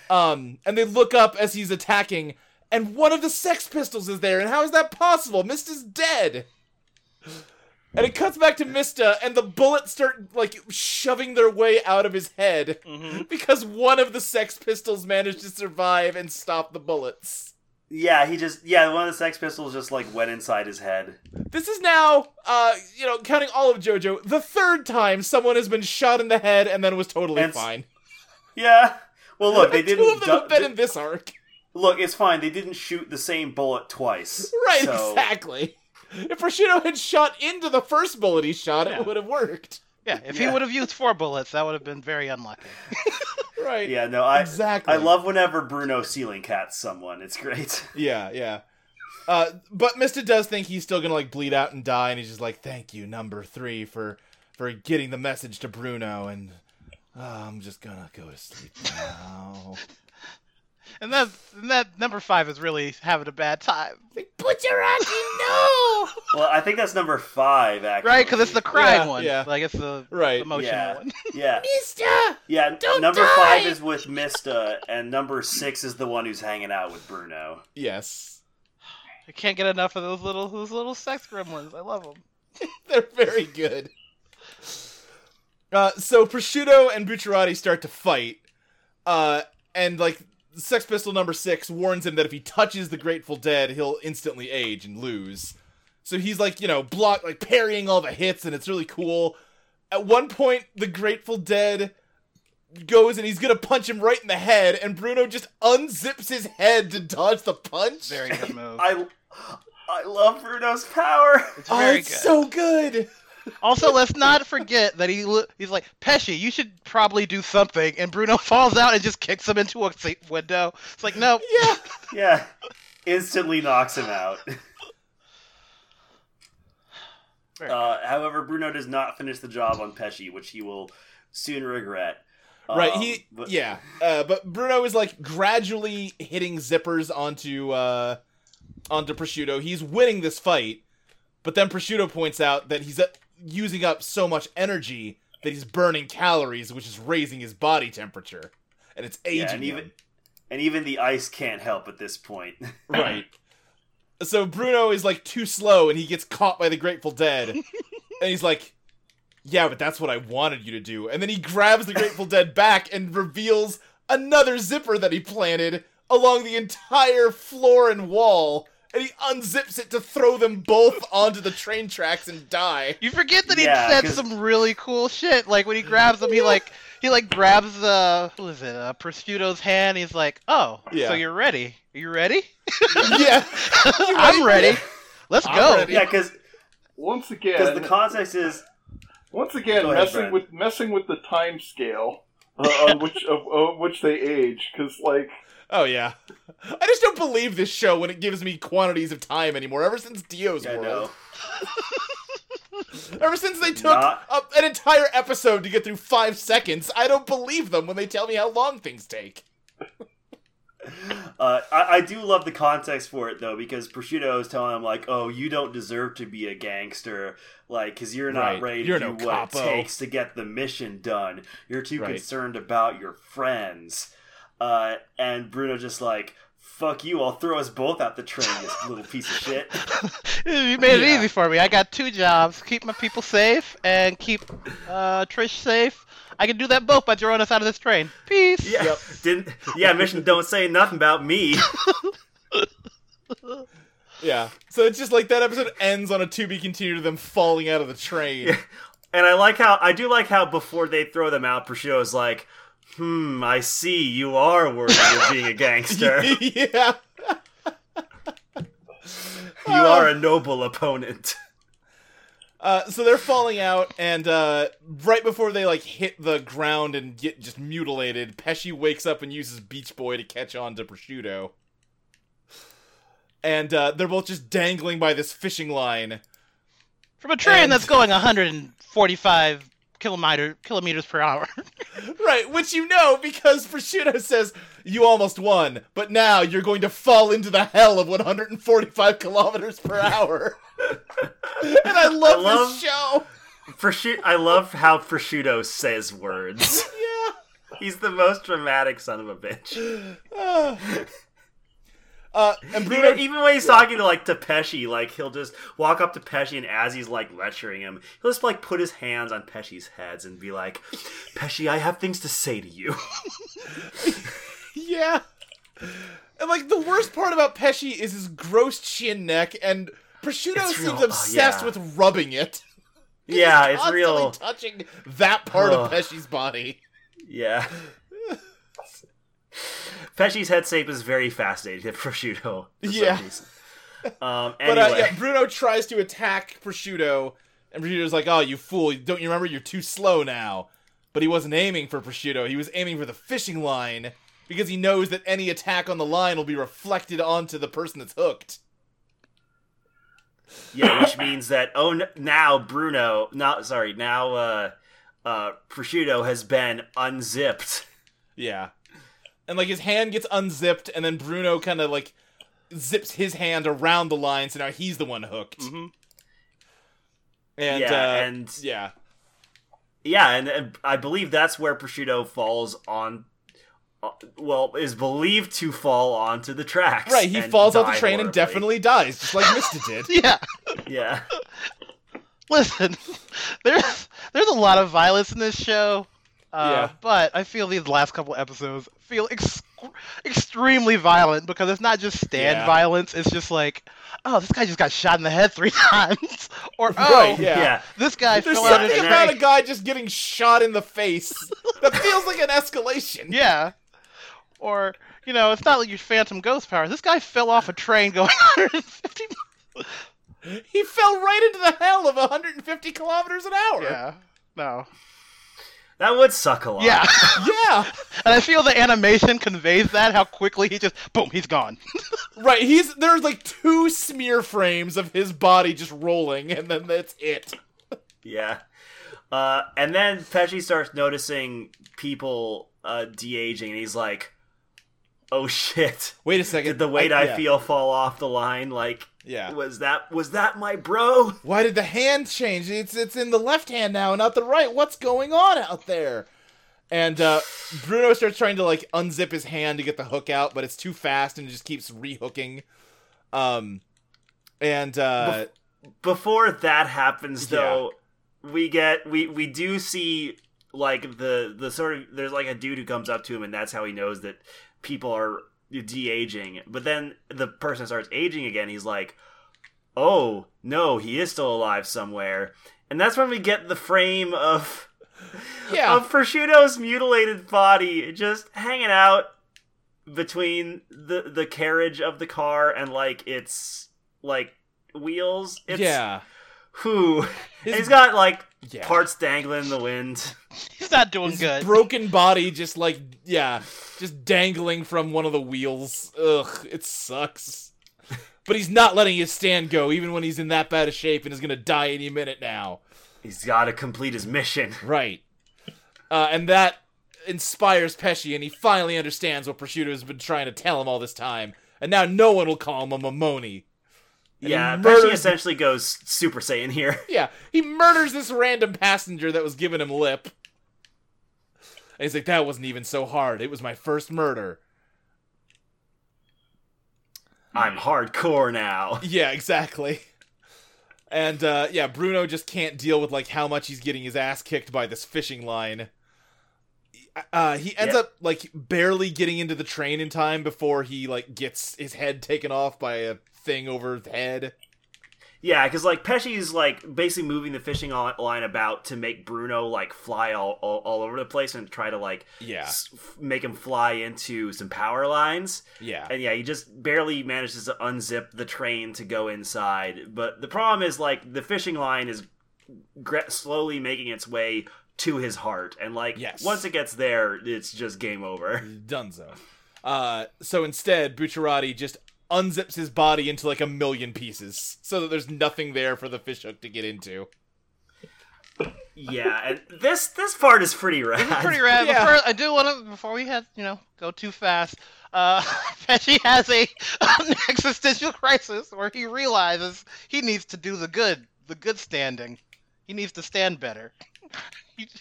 S2: Um, and they look up as he's attacking, and one of the Sex Pistols is there. And how is that possible? Mista's dead. And it cuts back to Mista, and the bullets start like shoving their way out of his head
S6: Mm-hmm.
S2: because one of the Sex Pistols managed to survive and stop the bullets.
S6: Yeah, he just, yeah, one of the Sex Pistols just, like, went inside his head.
S2: This is now, uh, you know, counting all of JoJo, the third time someone has been shot in the head and then was totally
S6: And s-
S2: fine.
S6: Yeah. Well, look, they
S2: Two
S6: didn't.
S2: of them
S6: du-
S2: have been in this arc.
S6: Look, it's fine. They didn't shoot the same bullet twice.
S2: Right,
S6: so-
S2: exactly. If Rashido had shot into the first bullet he shot,
S5: Yeah.
S2: it would have worked.
S5: Yeah, if he
S6: Yeah.
S5: would have used four bullets, that would have been very unlucky.
S2: Right.
S6: Yeah, no, I
S2: Exactly.
S6: I love whenever Bruno ceiling cats someone. It's great.
S2: Yeah, yeah. Uh, but Mister does think he's still gonna like bleed out and die, and he's just like, "Thank you, number three, for for getting the message to Bruno." And uh, I'm just gonna go to sleep now.
S5: And that and that number five is really having a bad time.
S6: Well, I think that's number five, actually.
S5: Right? Because it's the crying
S2: Yeah,
S5: one.
S2: yeah.
S5: Like it's the
S2: Right.
S5: emotional
S6: yeah,
S5: one.
S6: yeah,
S2: Mister.
S6: yeah.
S2: Don't
S6: number
S2: die!
S6: five is with Mista, and number six is the one who's hanging out with Bruno.
S2: Yes,
S5: I can't get enough of those little those little sex gremlins. I love them.
S2: they're very good. Uh, so Prosciutto and Bucciarati start to fight, uh, and like Sex Pistol number six warns him that if he touches the Grateful Dead, he'll instantly age and lose. So he's like, you know, block like parrying all the hits, and it's really cool. At one point, the Grateful Dead goes and he's gonna punch him right in the head, and Bruno just unzips his head to dodge the punch.
S5: Very good move.
S6: I I love Bruno's power.
S5: It's
S2: oh,
S5: very
S2: it's
S5: good.
S2: so good.
S5: Also, let's not forget that he lo- he's like Pesci. You should probably do something, and Bruno falls out and just kicks him into a sa- window. It's like no,
S2: Yeah.
S6: Yeah, instantly knocks him out.
S5: Very
S6: Uh, however, Bruno does not finish the job on Pesci, which he will soon regret.
S2: Right,
S6: Um,
S2: he
S6: but-
S2: yeah, uh, but Bruno is like gradually hitting zippers onto uh, onto Prosciutto. He's winning this fight, but then Prosciutto points out that he's uh, using up so much energy that he's burning calories, which is raising his body temperature, and it's aging
S6: Yeah, and
S2: him.
S6: even and even the ice can't help at this point.
S2: Right. So Bruno is like too slow and he gets caught by the Grateful Dead. and he's like, Yeah, but that's what I wanted you to do. And then he grabs the Grateful Dead back and reveals another zipper that he planted along the entire floor and wall. And he unzips it to throw them both onto the train tracks and die.
S5: you forget that
S6: Yeah,
S5: he said
S6: 'cause-
S5: some really cool shit. Like when he grabs him, he like he like grabs uh who is it? Uh, Prosciutto's hand. He's like, oh,
S2: Yeah.
S5: so you're ready? Are you ready?
S2: yeah.
S5: I'm ready. Let's
S2: I'm
S5: go.
S2: ready.
S6: yeah, because
S4: Once
S6: because
S4: again,
S6: the context is
S4: once again,
S6: Go ahead,
S4: messing
S6: Brad.
S4: with messing with the time scale uh, on which of, on which they age, because like
S2: Oh, yeah. I just don't believe this show when it gives me quantities of time anymore, ever since Dio's
S6: I
S2: World.
S6: know.
S2: Ever since they took
S6: Not-
S2: up an entire episode to get through five seconds, I don't believe them when they tell me how long things take.
S6: Uh, I, I do love the context for it though, because Prosciutto is telling him like, "Oh, you don't deserve to be a gangster, like, because you're not
S2: Right.
S6: ready
S2: You're
S6: to
S2: no
S6: do what
S2: capo."
S6: it takes to get the mission done. You're too
S2: Right.
S6: concerned about your friends." Uh, and Bruno just like, "Fuck you! I'll throw us both out the train, you little piece of shit."
S5: you made it
S2: Yeah.
S5: easy for me. I got two jobs: keep my people safe and keep uh, Trish safe. I can do that both by throwing us out of this train. Peace.
S3: Yeah, didn't. Yeah, mission don't say nothing about me.
S2: Yeah. So it's just like that episode ends on a to be continued of them falling out of the train.
S3: And I like how I do like how before they throw them out, Prosciutto's like, "Hmm, I see you are worthy of being a gangster. you
S2: yeah. Oh.
S3: are a noble opponent."
S2: Uh, so they're falling out, and uh, right before they like hit the ground and get just mutilated, Pesci wakes up and uses Beach Boy to catch on to Prosciutto. And uh, they're both just dangling by this fishing line.
S5: From a train
S2: And-
S5: that's going 145 kilometer kilometers per hour.
S2: Right, which you know because Prosciutto says, You almost won, but now you're going to fall into the hell of 145 kilometers per hour. and I love,
S3: love-
S2: this show.
S3: Prosciut- I love how Prosciutto says words.
S2: Yeah.
S3: He's the most dramatic son of a bitch.
S2: Ah. Uh, and Bruno.
S3: Even, even when he's talking to like to Pesci, like he'll just walk up to Pesci, and as he's like lecturing him, he'll just like put his hands on Pesci's heads and be like, "Pesci, I have things to say to you."
S2: Yeah. And like the worst part about Pesci is his gross chin neck, and Prosciutto
S3: It's real-
S2: seems
S3: oh,
S2: obsessed
S3: yeah.
S2: with rubbing it. He's
S3: yeah, it's
S2: constantly
S3: real.
S2: Touching that part of
S3: Ugh.
S2: Pesci's body.
S3: Yeah. Pesci's head shape is very fascinating to prosciutto. for some
S2: Yeah.
S3: reason. Um,
S2: But
S3: anyway,
S2: uh, yeah, Bruno tries to attack Prosciutto, and Prosciutto's like, "Oh, you fool! Don't you remember? You're too slow now." But he wasn't aiming for Prosciutto. He was aiming for the fishing line because he knows that any attack on the line will be reflected onto the person that's hooked.
S3: yeah, which means that oh, n- now Bruno, not sorry, now uh, uh, prosciutto has been unzipped.
S2: Yeah. And like his hand gets unzipped, and then Bruno kind of like zips his hand around the line, so now he's the one hooked.
S5: Mhm.
S2: And
S3: Mm-hmm. yeah,
S2: uh,
S3: and
S2: yeah,
S3: yeah, and, and I believe that's where prosciutto falls on. Uh, well, is believed to fall onto the tracks.
S2: right. He
S3: and
S2: falls off
S3: die
S2: the train and
S3: horribly.
S2: definitely dies, just like Mister did.
S5: yeah.
S3: Yeah,
S5: Listen, there's there's a lot of violence in this show. Uh,
S2: Yeah.
S5: But I feel these last couple episodes feel ex- extremely violent because it's not just stand
S2: Yeah.
S5: violence. It's just like, oh, this guy just got shot in the head three times, or oh,
S2: Right, yeah.
S3: yeah.
S5: this guy
S2: There's
S5: fell out of
S2: something
S5: his
S3: and
S2: about
S5: train.
S2: a guy just getting shot in the face that feels like an escalation.
S5: Yeah. Or you know, it's not like your phantom ghost powers. This guy fell off a train going 150.
S2: He fell right into the hell of 150 kilometers an hour.
S5: Yeah. No.
S3: That would suck a lot.
S5: Yeah.
S2: Yeah.
S5: And I feel the animation conveys that how quickly he just boom, he's gone.
S2: Right. He's there's like two smear frames of his body just rolling, and then that's it.
S3: Yeah. Uh, and then Pesci starts noticing people uh, de aging, and he's like, "Oh shit!
S2: Wait a second.
S3: Did the weight I,
S2: yeah.
S3: feel fall off the line? Like,
S2: Yeah.
S3: was that was that my bro?
S2: Why did the hand change? It's it's in the left hand now and not the right. What's going on out there? And uh, Bruno starts trying to like unzip his hand to get the hook out, but it's too fast and it just keeps rehooking. Um, and uh,
S3: Before that happens, though, we get we we do see like the the sort of there's like a dude who comes up to him, and that's how he knows that people are de aging. But then the person starts aging again. He's like, "Oh no, he is still alive somewhere." And that's when we get the frame of
S2: yeah,
S3: of Prosciutto's mutilated body just hanging out between the the carriage of the car and like its like wheels. It's
S2: yeah,
S3: who
S2: His-
S3: and he's got like
S2: yeah.
S3: parts dangling in the wind.
S5: He's not doing
S2: His
S5: good.
S2: broken body just like yeah, just dangling from one of the wheels. Ugh, it sucks. But he's not letting his stand go, even when he's in that bad of shape and is gonna die any minute now.
S3: He's got to complete his mission.
S2: Right. Uh, and that inspires Pesci, and he finally understands what Prosciutto has been trying to tell him all this time. And now no one will call him a Mamoni. And he
S3: yeah, Pesci
S2: murders-
S3: essentially goes Super Saiyan here.
S2: Yeah, he murders this random passenger that was giving him lip. And he's like, that wasn't even so hard. It was my first murder.
S3: I'm hardcore now.
S2: Yeah, exactly. And uh, yeah, Bruno just can't deal with like how much he's getting his ass kicked by this fishing line. Uh, he ends
S3: Yeah.
S2: up like barely getting into the train in time before he like gets his head taken off by a thing over his head.
S3: Yeah, because like Pesci's like basically moving the fishing li- line about to make Bruno like fly all, all, all over the place and try to like
S2: Yeah,
S3: s- f- make him fly into some power lines.
S2: yeah,
S3: And yeah, he just barely manages to unzip the train to go inside. But the problem is like the fishing line is gra- slowly making its way to his heart, and like
S2: Yes.
S3: once it gets there, it's just game over.
S2: Dunzo. Uh, so instead, Bucciarati just unzips his body into like a million pieces, so that there's nothing there for the fishhook to get into.
S3: yeah, and this this part is pretty rad.
S5: This is pretty rad.
S2: Yeah.
S5: But first, I do want to before we had you know go too fast. Uh, Pesci has a an existential crisis where he realizes he needs to do the good, the good standing. He needs to stand better,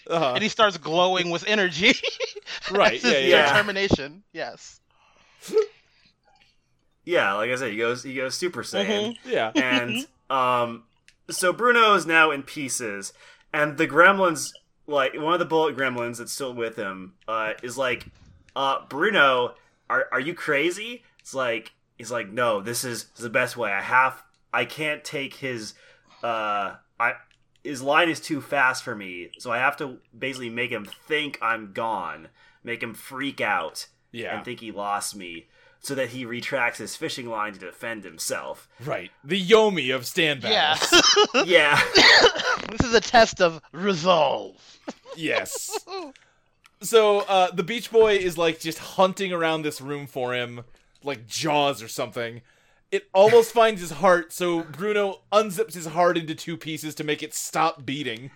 S2: Uh,
S5: and he starts glowing with energy.
S2: right?
S5: That's
S2: Yeah,
S5: his
S2: yeah. yeah.
S5: Determination. Yes.
S3: Yeah, like I said, he goes he goes Super Saiyan.
S2: yeah.
S3: and um, so Bruno is now in pieces, and the gremlins, like one of the bullet gremlins that's still with him, uh, is like, uh, Bruno, are are you crazy? It's like he's like, no, this is, this is the best way. I have, I can't take his, uh, I. His line is too fast for me, so I have to basically make him think I'm gone, make him freak out,
S2: Yeah.
S3: and think he lost me, so that he retracts his fishing line to defend himself.
S2: Right. The Yomi of stand
S5: Yeah.
S2: battles.
S3: yeah.
S5: this is a test of resolve.
S2: yes. So uh, the Beach Boy is like just hunting around this room for him, like Jaws or something. It almost finds his heart, so Bruno unzips his heart into two pieces to make it stop beating.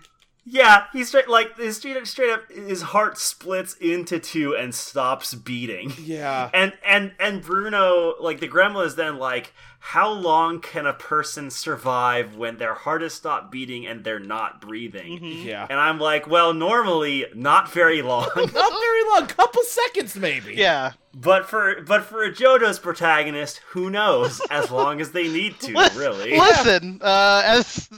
S3: Yeah, he straight like his straight up, straight up his heart splits into two and stops beating.
S2: Yeah.
S3: And and and Bruno like the gremlin is then like how long can a person survive when their heart has stopped beating and they're not breathing?
S2: Yeah.
S3: And I'm like, well, normally not very long,
S2: Not very long, couple seconds maybe.
S5: Yeah.
S3: but for but for a JoJo's protagonist, who knows? As long as they need to,
S5: Lis-
S3: really.
S5: Listen, uh, as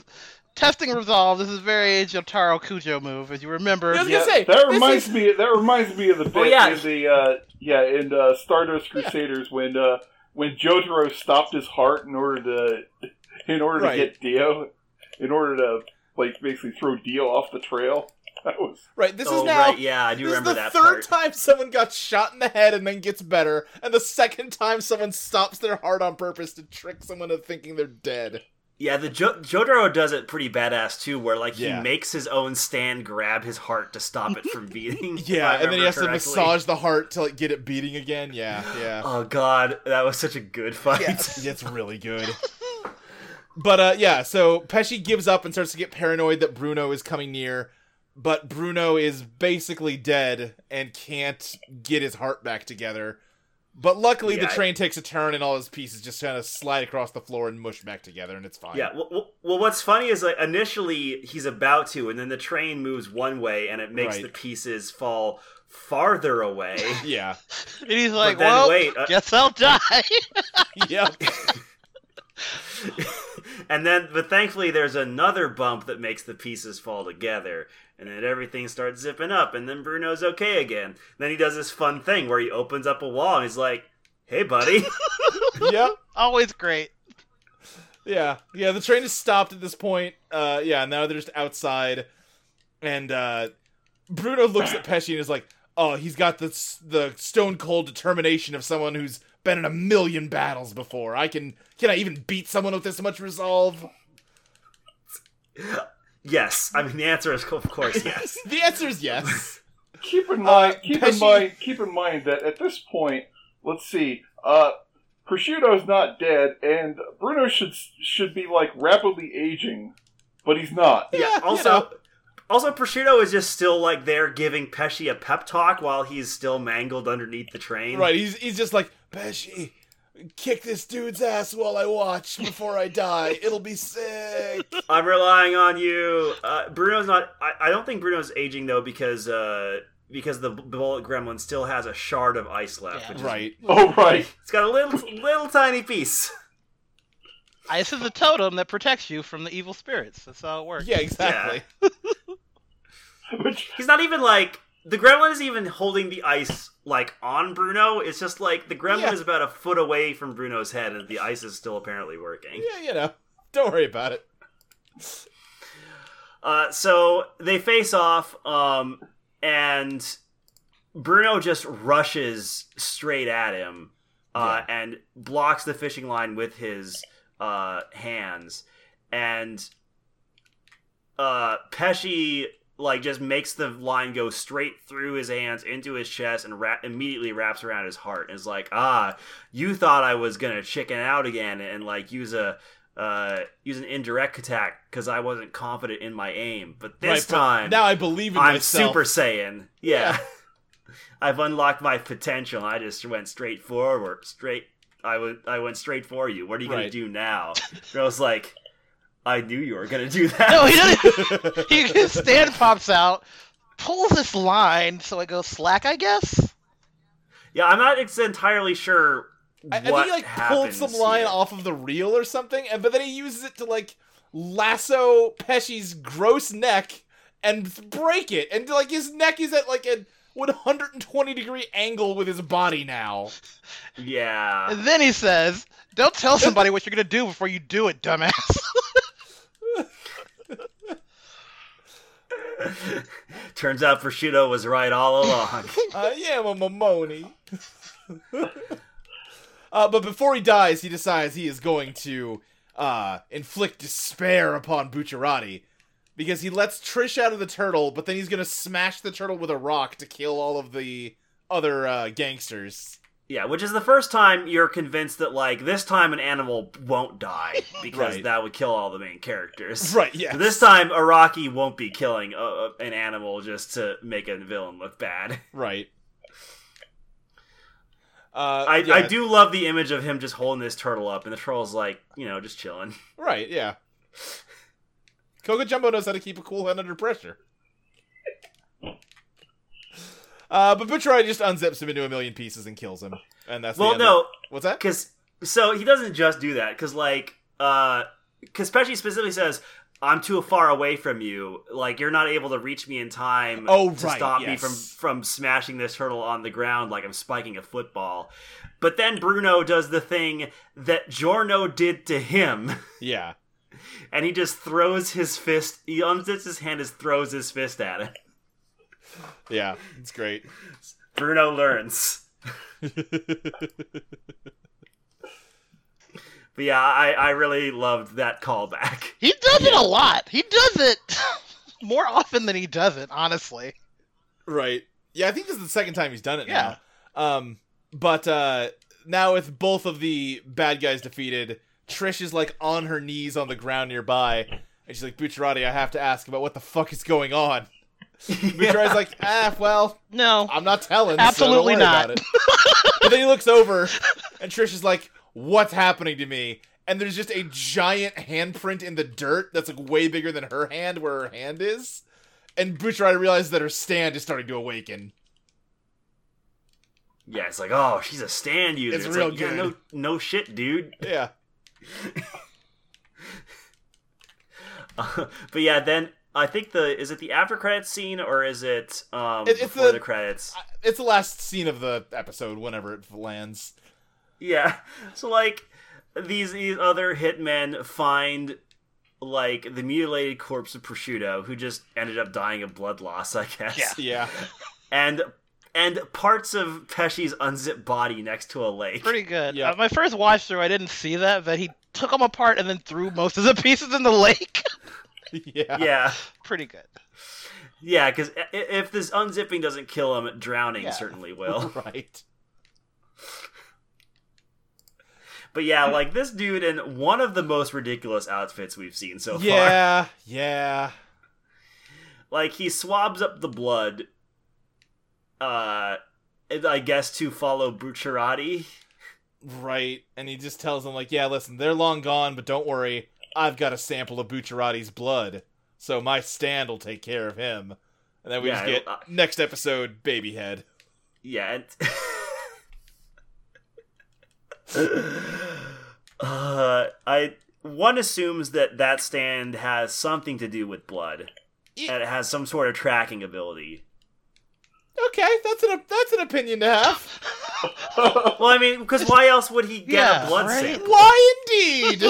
S5: testing resolve, this is very Jotaro Kujo move, as you remember.
S2: I was gonna say
S4: That
S2: this
S4: reminds
S2: is-
S4: me. That reminds me of the bit
S3: Oh, yeah.
S4: in the uh, yeah in uh, Stardust Crusaders when uh, when Jotaro stopped his heart in order to in order
S2: Right.
S4: to get Dio in order to like basically throw Dio off the trail. That was
S2: Right, this
S3: oh
S2: is now
S3: right, yeah, I do
S2: This is
S3: remember
S2: the
S3: that
S2: third
S3: part.
S2: time someone got shot in the head and then gets better, and the second time someone stops their heart on purpose to trick someone into thinking they're dead.
S3: Yeah, the jo- Jotaro does it pretty badass too, where like
S2: Yeah.
S3: he makes his own stand grab his heart to stop it from beating. if
S2: Yeah,
S3: I
S2: and then he
S3: remember
S2: has to
S3: correctly.
S2: massage the heart to like get it beating again. Yeah, yeah.
S3: Oh god, that was such a good fight.
S2: It's really good. But uh yeah, so Pesci gives up and starts to get paranoid that Bruno is coming near, but Bruno is basically dead and can't get his heart back together. But luckily
S3: Yeah,
S2: the
S3: I-
S2: train takes a turn and all his pieces just kind of slide across the floor and mush back together and it's fine.
S3: Yeah. Well, well- well, what's funny is like initially he's about to, and then the train moves one way, and it makes
S2: Right.
S3: the pieces fall farther away.
S2: Yeah.
S5: And he's like,
S3: then
S5: well,
S3: wait, uh-
S5: guess I'll die.
S2: yep.
S3: and then, but thankfully, there's another bump that makes the pieces fall together, and then everything starts zipping up, and then Bruno's okay again. Then he does this fun thing where he opens up a wall and he's like, "Hey, buddy."
S2: Yep.
S5: Always great.
S2: Yeah, yeah. The train is stopped at this point. Uh, yeah, now they're just outside, and uh, Bruno looks at Pesci and is like, "Oh, he's got the s- the stone cold determination of someone who's been in a million battles before. I can can I even beat someone with this much resolve?"
S3: Yes, I mean the answer is of course yes.
S2: The answer is yes.
S4: Keep in mind,
S2: Uh,
S4: keep
S2: Pesci-
S4: in mind, keep in mind that at this point, let's see. Uh, Prosciutto's not dead, and Bruno should should be like rapidly aging, but he's not.
S2: Yeah, you
S3: Also,
S2: know.
S3: also Prosciutto is just still like there giving Pesci a pep talk while he's still mangled underneath the train.
S2: Right, he's he's just like Pesci, kick this dude's ass while I watch before I die. It'll be sick.
S3: I'm relying on you. Uh, Bruno's not. I, I don't think Bruno's aging though because uh, because the bullet gremlin still has a shard of ice left.
S5: Yeah.
S3: Which is,
S2: right.
S4: Oh right.
S3: It's got a little little tiny piece.
S5: Ice is a totem that protects you from the evil spirits. That's how it works.
S2: Yeah, exactly.
S4: Which
S3: He's not even like the gremlin is even holding the ice like on Bruno. It's just like the gremlin
S2: Yeah.
S3: is about a foot away from Bruno's head, and the ice is still apparently working.
S2: Yeah, you know. Don't worry about it.
S3: Uh, so they face off, um, and Bruno just rushes straight at him uh, and blocks the fishing line with his uh, hands. And uh, Pesci like just makes the line go straight through his hands into his chest and wrap, immediately wraps around his heart and is like, "Ah, you thought I was gonna chicken out again and like use a." Uh, use an indirect attack because I wasn't confident in my aim, but this
S2: Right, but
S3: time
S2: now I believe in
S3: I'm
S2: myself.
S3: Super Saiyan. Yeah. I've unlocked my potential. I just went straight forward. Straight. I went. I went straight for you. What are you gonna
S2: Right.
S3: do now? And I was like, I knew you were gonna do that.
S5: No, he doesn't. he, his stand pops out, pulls this line, so it goes slack, I guess.
S3: Yeah, I'm not ex- entirely sure.
S2: I, I think
S3: what
S2: he like pulled
S3: happens
S2: some line
S3: here.
S2: off of the reel or something, and but then he uses it to like lasso Pesci's gross neck and th- break it, and like his neck is at like a 120 degree angle with his body now.
S3: Yeah.
S5: And then he says, "Don't tell somebody what you're gonna do before you do it, dumbass."
S3: Turns out Prosciutto was right all along.
S2: I am Uh, a Mamoni. uh, but before he dies, he decides he is going to uh, inflict despair upon Bucciarati because he lets Trish out of the turtle, but then he's going to smash the turtle with a rock to kill all of the other uh, gangsters.
S3: yeah, which is the first time you're convinced that like this time an animal won't die because
S2: Right.
S3: that would kill all the main characters.
S2: Right, yeah.
S3: So This time, Araki won't be killing a- a, an animal just to make a villain look bad.
S2: right. Uh,
S3: I,
S2: yeah,
S3: I do love the image of him just holding this turtle up, and the turtle's like, you know, just chilling.
S2: Right, yeah. Coco Jumbo knows how to keep a cool head under pressure. Uh, but Butcherai just unzips him into a million pieces and kills him, and that's
S3: well,
S2: the end
S3: no,
S2: Of, what's that?
S3: because so he doesn't just do that because like uh because Pesci specifically says i'm too far away from you like you're not able to reach me in time
S2: Oh,
S3: to
S2: right,
S3: stop me
S2: yes.
S3: from from smashing this turtle on the ground like i'm spiking a football but then bruno does the thing that giorno did to him
S2: Yeah,
S3: and he just throws his fist he unzips his hand and throws his fist at it
S2: yeah, it's great.
S3: bruno learns but yeah i i really loved that callback
S5: He does it a lot. He does it more often than he doesn't, honestly.
S2: right. Yeah, I think this is the second time he's done it
S5: Yeah.
S2: now. Um, but uh, now with both of the bad guys defeated, Trish is like on her knees on the ground nearby, and she's like, "Butcherati, I have to ask about what the fuck is going on." Butcherati's like, "Ah, well,
S5: No.
S2: I'm not telling.
S5: Absolutely
S2: so don't worry
S5: not.
S2: About it. but then he looks over, and Trish is like, "What's happening to me?" And there's just a giant handprint in the dirt that's like way bigger than her hand, where her hand is. And Butcherati realizes that her stand is starting to awaken.
S3: Yeah, it's like, oh, she's a stand user.
S2: It's real
S3: like, yeah,
S2: good.
S3: no, no shit, dude.
S2: Yeah,
S3: but yeah, then I think the is it the after credits scene or is it um
S2: It- it's
S3: before the,
S2: the-
S3: credits?
S2: I- it's the last scene of the episode. Whenever it lands,
S3: Yeah, so like these these other hitmen find like the mutilated corpse of prosciutto who just ended up dying of blood loss, I guess.
S5: Yeah.
S2: yeah,
S3: and and parts of Pesci's unzipped body next to a lake.
S5: Pretty good.
S2: Yeah.
S5: Uh, my first watch through, I didn't see that, but he took them apart and then threw most of the pieces in the lake.
S2: yeah,
S3: yeah.
S5: Pretty good.
S3: Yeah, because if this unzipping doesn't kill him, drowning
S5: Yeah.
S3: certainly will.
S2: right.
S3: But yeah, like this dude in one of the most ridiculous outfits we've seen so far.
S2: yeah, yeah.
S3: like he swabs up the blood uh i guess to follow bucciarati
S2: Right. And he just tells them, like, yeah, listen, they're long gone, but don't worry. I've got a sample of Bucciarati's blood, so my stand will take care of him. And then we
S3: Yeah,
S2: just get
S3: I-
S2: next episode, baby head.
S3: yeah and uh, i one assumes that that stand has something to do with blood and it has some sort of tracking ability
S2: Okay, that's an that's an opinion to have.
S3: well i mean because why else would he get
S5: Yeah,
S3: a blood
S5: right?
S3: sample
S2: Why indeed?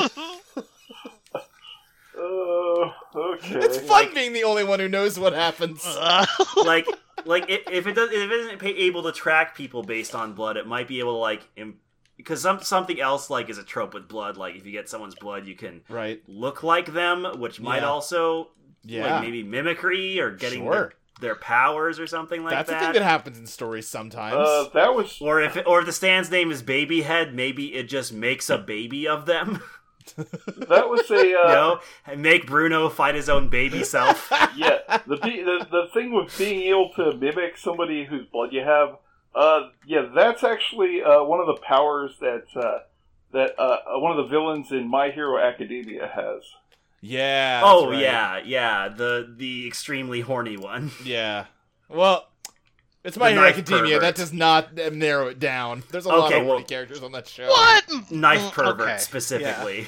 S4: Uh, okay.
S2: It's fun being the only one who knows what happens.
S5: Uh,
S3: like like i- if it does if it isn't pa- able to track people based on blood it might be able to like Im- because some, something else like is a trope with blood like if you get someone's blood you can
S2: Right.
S3: look like them which might
S2: Yeah.
S3: also
S2: Yeah.
S3: like maybe mimicry or getting
S2: Sure.
S3: their, their powers or something like
S2: that's the
S3: that,
S2: thing that happens in stories sometimes.
S4: Uh, that was
S3: or if it, or if the stand's name is baby head maybe it just makes a baby of them
S4: that was a
S3: you
S4: uh,
S3: know and make bruno fight his own baby self
S4: yeah. The, be- the the thing with being able to mimic somebody whose blood you have, uh, yeah, that's actually uh, one of the powers that uh, that uh, one of the villains in My Hero Academia has.
S2: yeah. that's
S3: oh
S2: right.
S3: yeah yeah the the extremely horny one
S2: Yeah. Well, it's my
S3: The
S2: Hero
S3: knife
S2: Academia.
S3: pervert.
S2: That does not um, narrow it down. There's a lot
S3: Okay,
S2: of
S3: well-
S2: horny characters on that show.
S5: what?
S3: knife
S5: Mm,
S3: pervert
S5: okay.
S3: specifically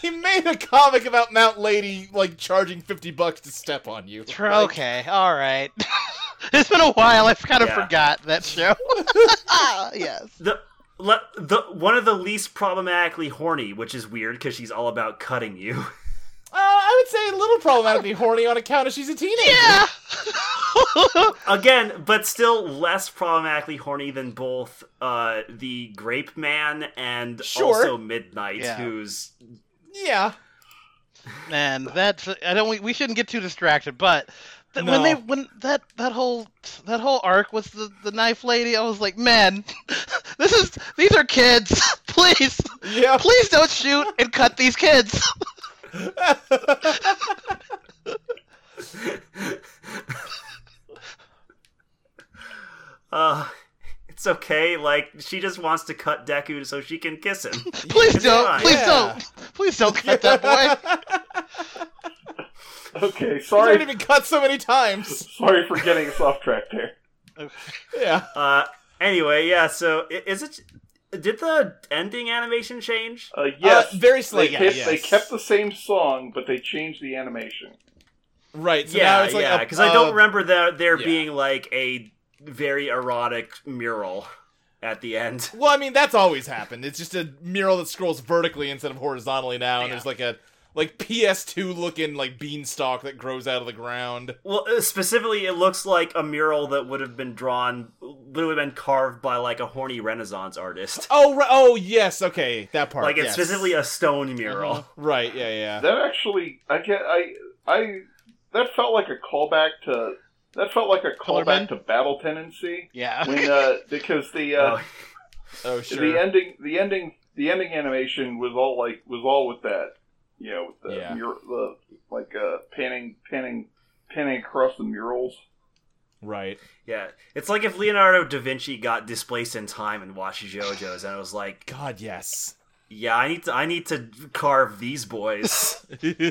S2: He made a comic about Mount Lady like charging fifty bucks to step on you.
S5: Tr- okay, all right. it's been a while. I kind of
S3: Yeah.
S5: forgot that show. yes.
S3: the le, the one of the least problematically horny, which is weird because she's all about cutting you.
S2: Uh, I would say a little problematically horny on account of she's a teenager.
S5: Yeah.
S3: Again, but still less problematically horny than both uh, the Grape Man and
S2: Sure.
S3: also Midnight,
S5: Yeah.
S3: who's
S2: Yeah.
S5: Man, that's I don't. We, we shouldn't get too distracted, but. th- When
S2: No.
S5: they when that that whole that whole arc with the, the knife lady, I was like, man, this is these are kids. Please,
S2: Yeah.
S5: please don't shoot and cut these kids.
S3: uh, it's okay. Like she just wants to cut Deku so she can kiss him.
S5: Please
S3: It's
S5: don't.
S3: fine.
S5: Please
S2: Yeah.
S5: don't. Please don't cut that boy.
S4: Okay,
S2: He's
S4: sorry,
S2: already been cut so many times.
S4: sorry for getting us off track there.
S2: Yeah.
S3: Uh, anyway, yeah. So i- is it? Did the ending animation change?
S4: Uh, yes,
S2: Uh, very
S4: they,
S2: slightly.
S4: kept, they kept the same song, but they changed the animation.
S2: right. So now
S3: yeah,
S2: it's like
S3: yeah.
S2: a-
S3: Because I don't
S2: uh,
S3: remember that there
S2: yeah.
S3: being like a very erotic mural at the end.
S2: Well, I mean that's always happened. It's just a mural that scrolls vertically instead of horizontally now, and
S3: Yeah.
S2: there's like a like PS2 looking like beanstalk that grows out of the ground.
S3: Well, uh, specifically, it looks like a mural that would have been drawn, literally been carved by like a horny Renaissance artist.
S2: Oh, right, oh yes, okay, that part.
S3: Like it's
S2: yes.
S3: specifically a stone mural.
S2: right. Yeah, yeah.
S4: That actually, I get, I, I, that felt like a callback to that felt like a
S5: Colorman?
S4: callback to Battle Tendency
S5: Yeah.
S4: when uh, because the uh,
S3: Oh,
S2: Oh, sure.
S4: the ending, the ending, the ending animation was all like was all with that, you know, with the,
S2: Yeah.
S4: mur- the like uh, panning, panning, panning across the murals.
S2: Right.
S3: yeah, it's like if Leonardo da Vinci got displaced in time and watched JoJo's, and I was like,
S2: God, yes.
S3: yeah, I need to, I need to carve these boys.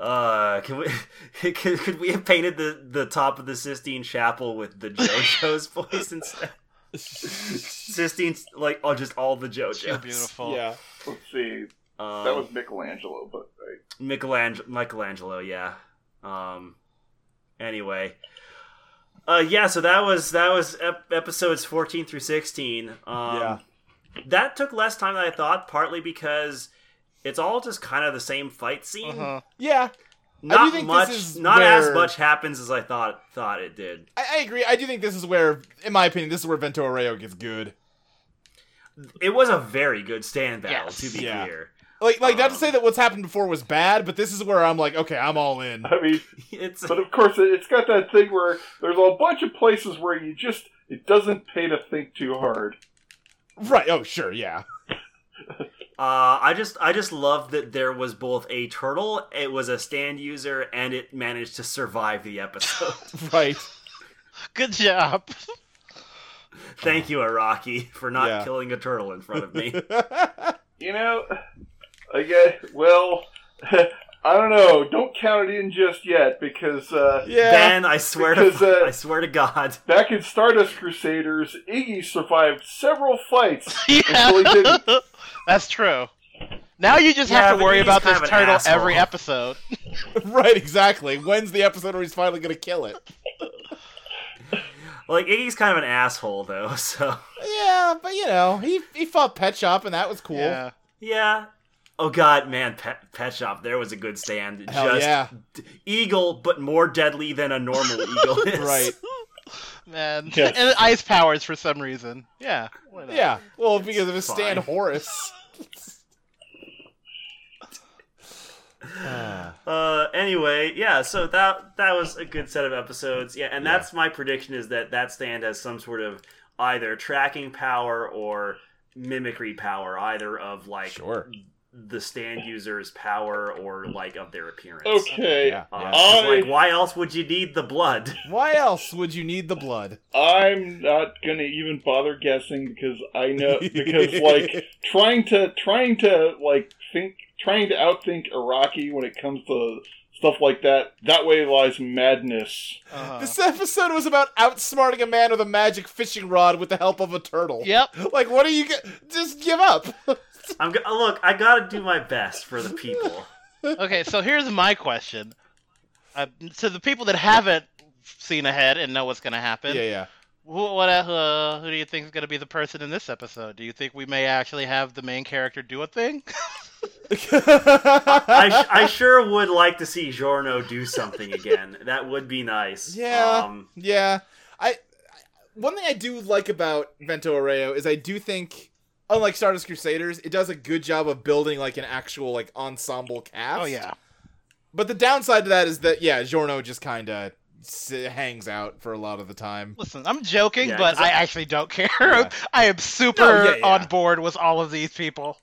S3: Uh, can we could, could we have painted the the top of the Sistine Chapel with the JoJo's voice instead? Sistine, like oh, just all the JoJo's.
S5: So beautiful.
S2: yeah.
S4: Let's see,
S3: Um,
S4: that was Michelangelo, but I,
S3: Michelangelo. Michelangelo, yeah. Um. Anyway. Uh, yeah. So that was that was ep- episodes fourteen through sixteen. Um,
S2: Yeah.
S3: That took less time than I thought, partly because it's all just kind of the same fight scene.
S5: Uh-huh.
S2: Yeah. I do
S3: Not
S2: think this
S3: much.
S2: is
S3: not as
S2: where-
S3: much happens as I thought thought it did.
S2: I, I agree. I do think this is where, in my opinion, this is where Vento Arreo gets good.
S3: It was a very good stand battle,
S5: Yes.
S3: to be
S2: Yeah.
S3: clear.
S2: Like, like not to say that what's happened before was bad, but this is where I'm like, okay, I'm all in.
S4: I mean,
S3: It's
S4: but of course, it- it's got that thing where there's a bunch of places where you just it doesn't pay to think too hard.
S2: Right? Oh, sure, yeah.
S3: Uh, I just I just love that there was both a turtle, it was a stand user, and it managed to survive the episode.
S2: Right.
S5: Good job.
S3: Thank you, Iraqi, for not
S2: Yeah.
S3: killing a turtle in front of me.
S4: You know, I guess, well, I don't know. Don't count it in just yet because uh,
S2: yeah.
S3: Ben, I swear
S4: Because,
S3: to
S4: uh,
S3: I swear to God,
S4: back in Stardust Crusaders, Iggy survived several fights until he
S5: yeah.
S4: didn't.
S5: That's true. Now you just
S3: Yeah,
S5: have to
S3: but
S5: worry
S3: he's
S5: about
S3: kind
S5: this
S3: of an
S5: turtle every
S3: asshole.
S5: episode.
S2: right. Exactly. When's the episode where he's finally gonna kill it?
S3: like Iggy's kind of an asshole though. So
S2: Yeah, but you know, he he fought Pet Shop, and that was cool.
S5: Yeah.
S3: yeah. Oh God, man, Pet, Pet Shop, there was a good stand.
S2: Hell
S3: just
S2: yeah.
S3: eagle, but more deadly than a normal eagle is.
S2: Right.
S5: Man.
S4: Yeah.
S5: And ice powers for some reason. Yeah. why not?
S2: Yeah. Well, because of his
S3: Fine.
S2: stand Horus. Ah.
S3: Uh, anyway, yeah. So that that was a good set of episodes. Yeah, and that's my prediction is that that stand has some sort of either tracking power or mimicry power, either of like
S2: Sure.
S3: the stand user's power or like of their appearance.
S4: Okay,
S2: Yeah.
S3: Uh,
S2: yeah.
S3: 'cause,
S4: I-
S3: like, why else would you need the blood?
S2: Why else would you need the blood?
S4: I'm not gonna even bother guessing because I know because like trying to trying to like think trying to outthink Iraqi when it comes to stuff like that. That way lies madness.
S5: Uh-huh.
S2: This episode was about outsmarting a man with a magic fishing rod with the help of a turtle.
S5: Yep.
S2: Like, what are you? g- Just give up.
S3: I'm go- look. I gotta do my best for the people.
S5: Okay, so here's my question. Uh, to the people that haven't seen ahead and know what's going to happen,
S2: yeah.
S5: who, what, uh, who do you think is going to be the person in this episode? Do you think we may actually have the main character do a thing?
S3: I, sh- I sure would like to see Giorno do something again. That would be nice.
S2: Yeah.
S3: Um,
S2: Yeah, I, I one thing I do like about Vento Arreo is I do think, unlike Stardust Crusaders, it does a good job of building like an actual like ensemble cast.
S5: Oh, yeah.
S2: But the downside to that is that yeah, Giorno just kind of s- hangs out for a lot of the time.
S5: Listen, I'm joking,
S3: Yeah,
S5: but
S3: 'cause I-
S5: I actually don't care.
S2: Yeah.
S5: I am super
S2: No, yeah, yeah.
S5: on board with all of these people.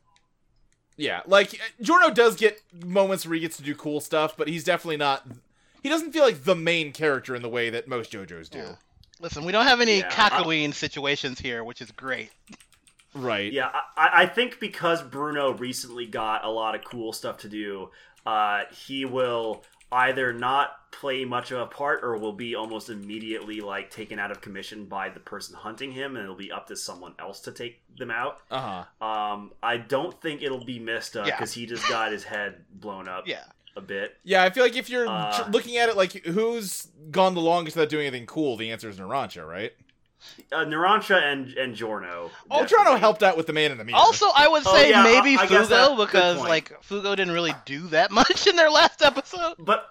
S2: Yeah, like Giorno does get moments where he gets to do cool stuff, but he's definitely not. He doesn't feel like the main character in the way that most JoJo's do.
S5: Yeah. Listen, we don't have any
S3: Yeah, I-
S5: cockaween situations here, which is great.
S2: Right.
S3: yeah, I, I think because Bruno recently got a lot of cool stuff to do, uh, he will either not play much of a part or will be almost immediately like taken out of commission by the person hunting him, and it'll be up to someone else to take them out.
S2: Uh huh.
S3: Um, I don't think it'll be Mista
S5: Yeah.
S3: because he just got his head blown up
S5: Yeah.
S3: a bit.
S2: Yeah, I feel like if you're
S3: Uh,
S2: tr- looking at it like who's gone the longest without doing anything cool, the answer is Narancha, right?
S3: Uh, Narancia and and Jorno.
S2: Oh, Toronto helped out with the man in the mirror.
S5: Also, I would
S3: Oh,
S5: say
S3: yeah,
S5: maybe
S3: I- I guess that-
S5: Fugo
S3: good
S5: because
S3: point.
S5: like Fugo didn't really do that much in their last episode.
S3: But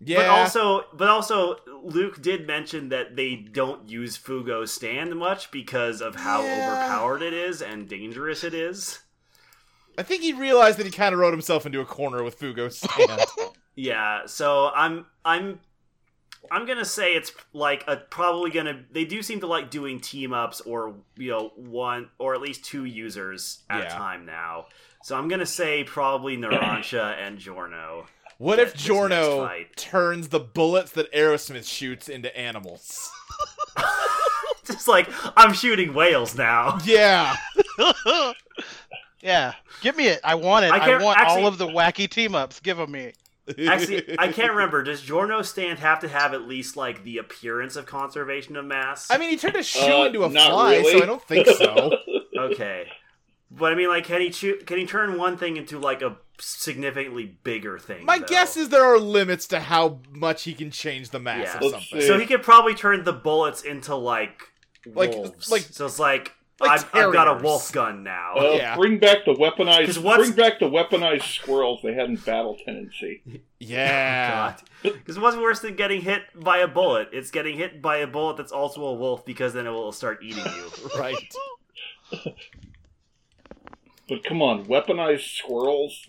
S2: yeah,
S3: But also, but also, Luke did mention that they don't use Fugo's stand much because of how
S2: Yeah.
S3: overpowered it is and dangerous it is.
S2: I think he realized that he kind of rode himself into a corner with Fugo's stand.
S3: Yeah, so I'm, I'm, I'm gonna say it's like a probably gonna. They do seem to like doing team ups or you know one or at least two users at a
S2: Yeah.
S3: time now. So I'm gonna say probably Narancia and Jorno.
S2: what if
S3: That's his next
S2: Jorno
S3: fight.
S2: turns the bullets that Aerosmith shoots into animals?
S3: Just like I'm shooting whales now.
S2: Yeah,
S5: yeah, give me it. I want it.
S3: I
S5: I,
S3: can't-
S5: want
S3: actually-
S5: all of the wacky team ups. Give 'em me.
S3: Actually, I can't remember. Does Jorno stand have to have at least like the appearance of conservation of mass?
S2: I mean, he turned a shoe
S4: Uh,
S2: into a
S4: not
S2: fly,
S4: really.
S2: so I don't think so.
S3: okay, but I mean, like, can he choo- can he turn one thing into like a significantly bigger thing?
S2: My
S3: though?
S2: guess is there are limits to how much he can change the mass
S3: Yeah.
S2: of
S4: Let's
S2: something.
S4: see.
S3: so he could probably turn the bullets into like
S2: Like-
S3: wolves.
S2: like-
S3: so it's like,
S2: like
S3: I've, I've got a
S2: terriers. Oh,
S3: wolf gun now.
S4: Uh,
S2: Yeah.
S4: Bring back the
S3: 'Cause
S4: weaponized.
S3: what's-
S4: Bring back the weaponized squirrels they had in Battle Tendency.
S2: Yeah.
S3: Because what's worse than getting hit by a bullet? It's getting hit by a bullet that's also Oh, a wolf because then it will start eating you.
S2: right.
S4: But come on, weaponized squirrels.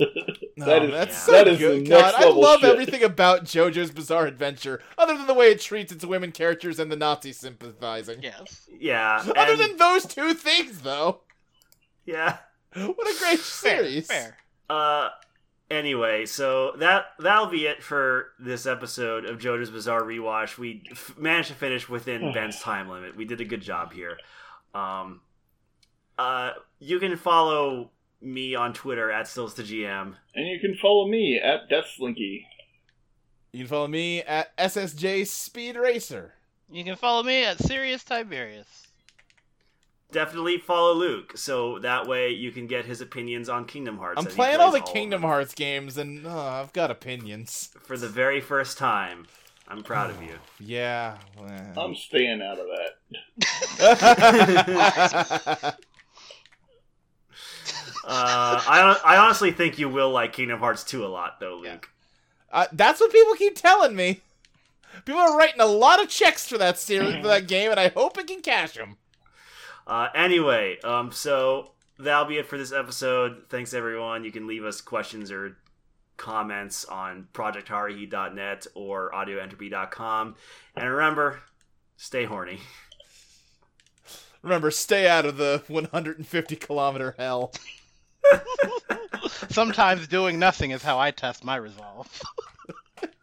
S2: No,
S4: That is-
S2: that's so
S4: yeah. that is
S2: good.
S4: the
S2: God,
S4: next
S2: I
S4: level
S2: love
S4: shit.
S2: everything about JoJo's Bizarre Adventure, other than the way it treats its women characters and the Nazi sympathizing.
S5: Yes.
S3: Yeah.
S2: Other
S3: and-
S2: than those two things, though,
S3: yeah.
S2: what a great
S5: Fair.
S2: series!
S5: Fair.
S3: Uh, anyway, so that that'll be it for this episode of JoJo's Bizarre Rewatch. We f- managed to finish
S2: Hmm.
S3: within Ben's time limit. We did a good job here. Um, uh, you can follow me on Twitter at Stills to GM.
S4: And you can follow me at Deathslinky.
S2: You can follow me at SSJ Speed Racer.
S5: You can follow me at Sirius Tiberius.
S3: Definitely follow Luke, so that way you can get his opinions on Kingdom Hearts.
S2: I'm
S3: as he
S2: playing
S3: plays
S2: all the
S3: of
S2: Kingdom
S3: them
S2: Hearts games, and uh, I've got opinions.
S3: for the very first time. I'm proud of you.
S2: Yeah.
S4: I'm staying out of that.
S2: well.
S3: Uh, I I honestly think you will like Kingdom Hearts 2 a lot, though, Luke.
S5: Yeah.
S2: Uh, that's what people keep telling me. People are writing a lot of checks for that series, for that game, and I hope it can cash them.
S3: Uh, anyway, um, so that'll be it for this episode. Thanks, everyone. You can leave us questions or comments on projectharihi.net or audioentropy.com. And remember, stay horny.
S2: Remember, stay out of the 150 kilometer hell.
S5: Sometimes doing nothing is how I test my resolve.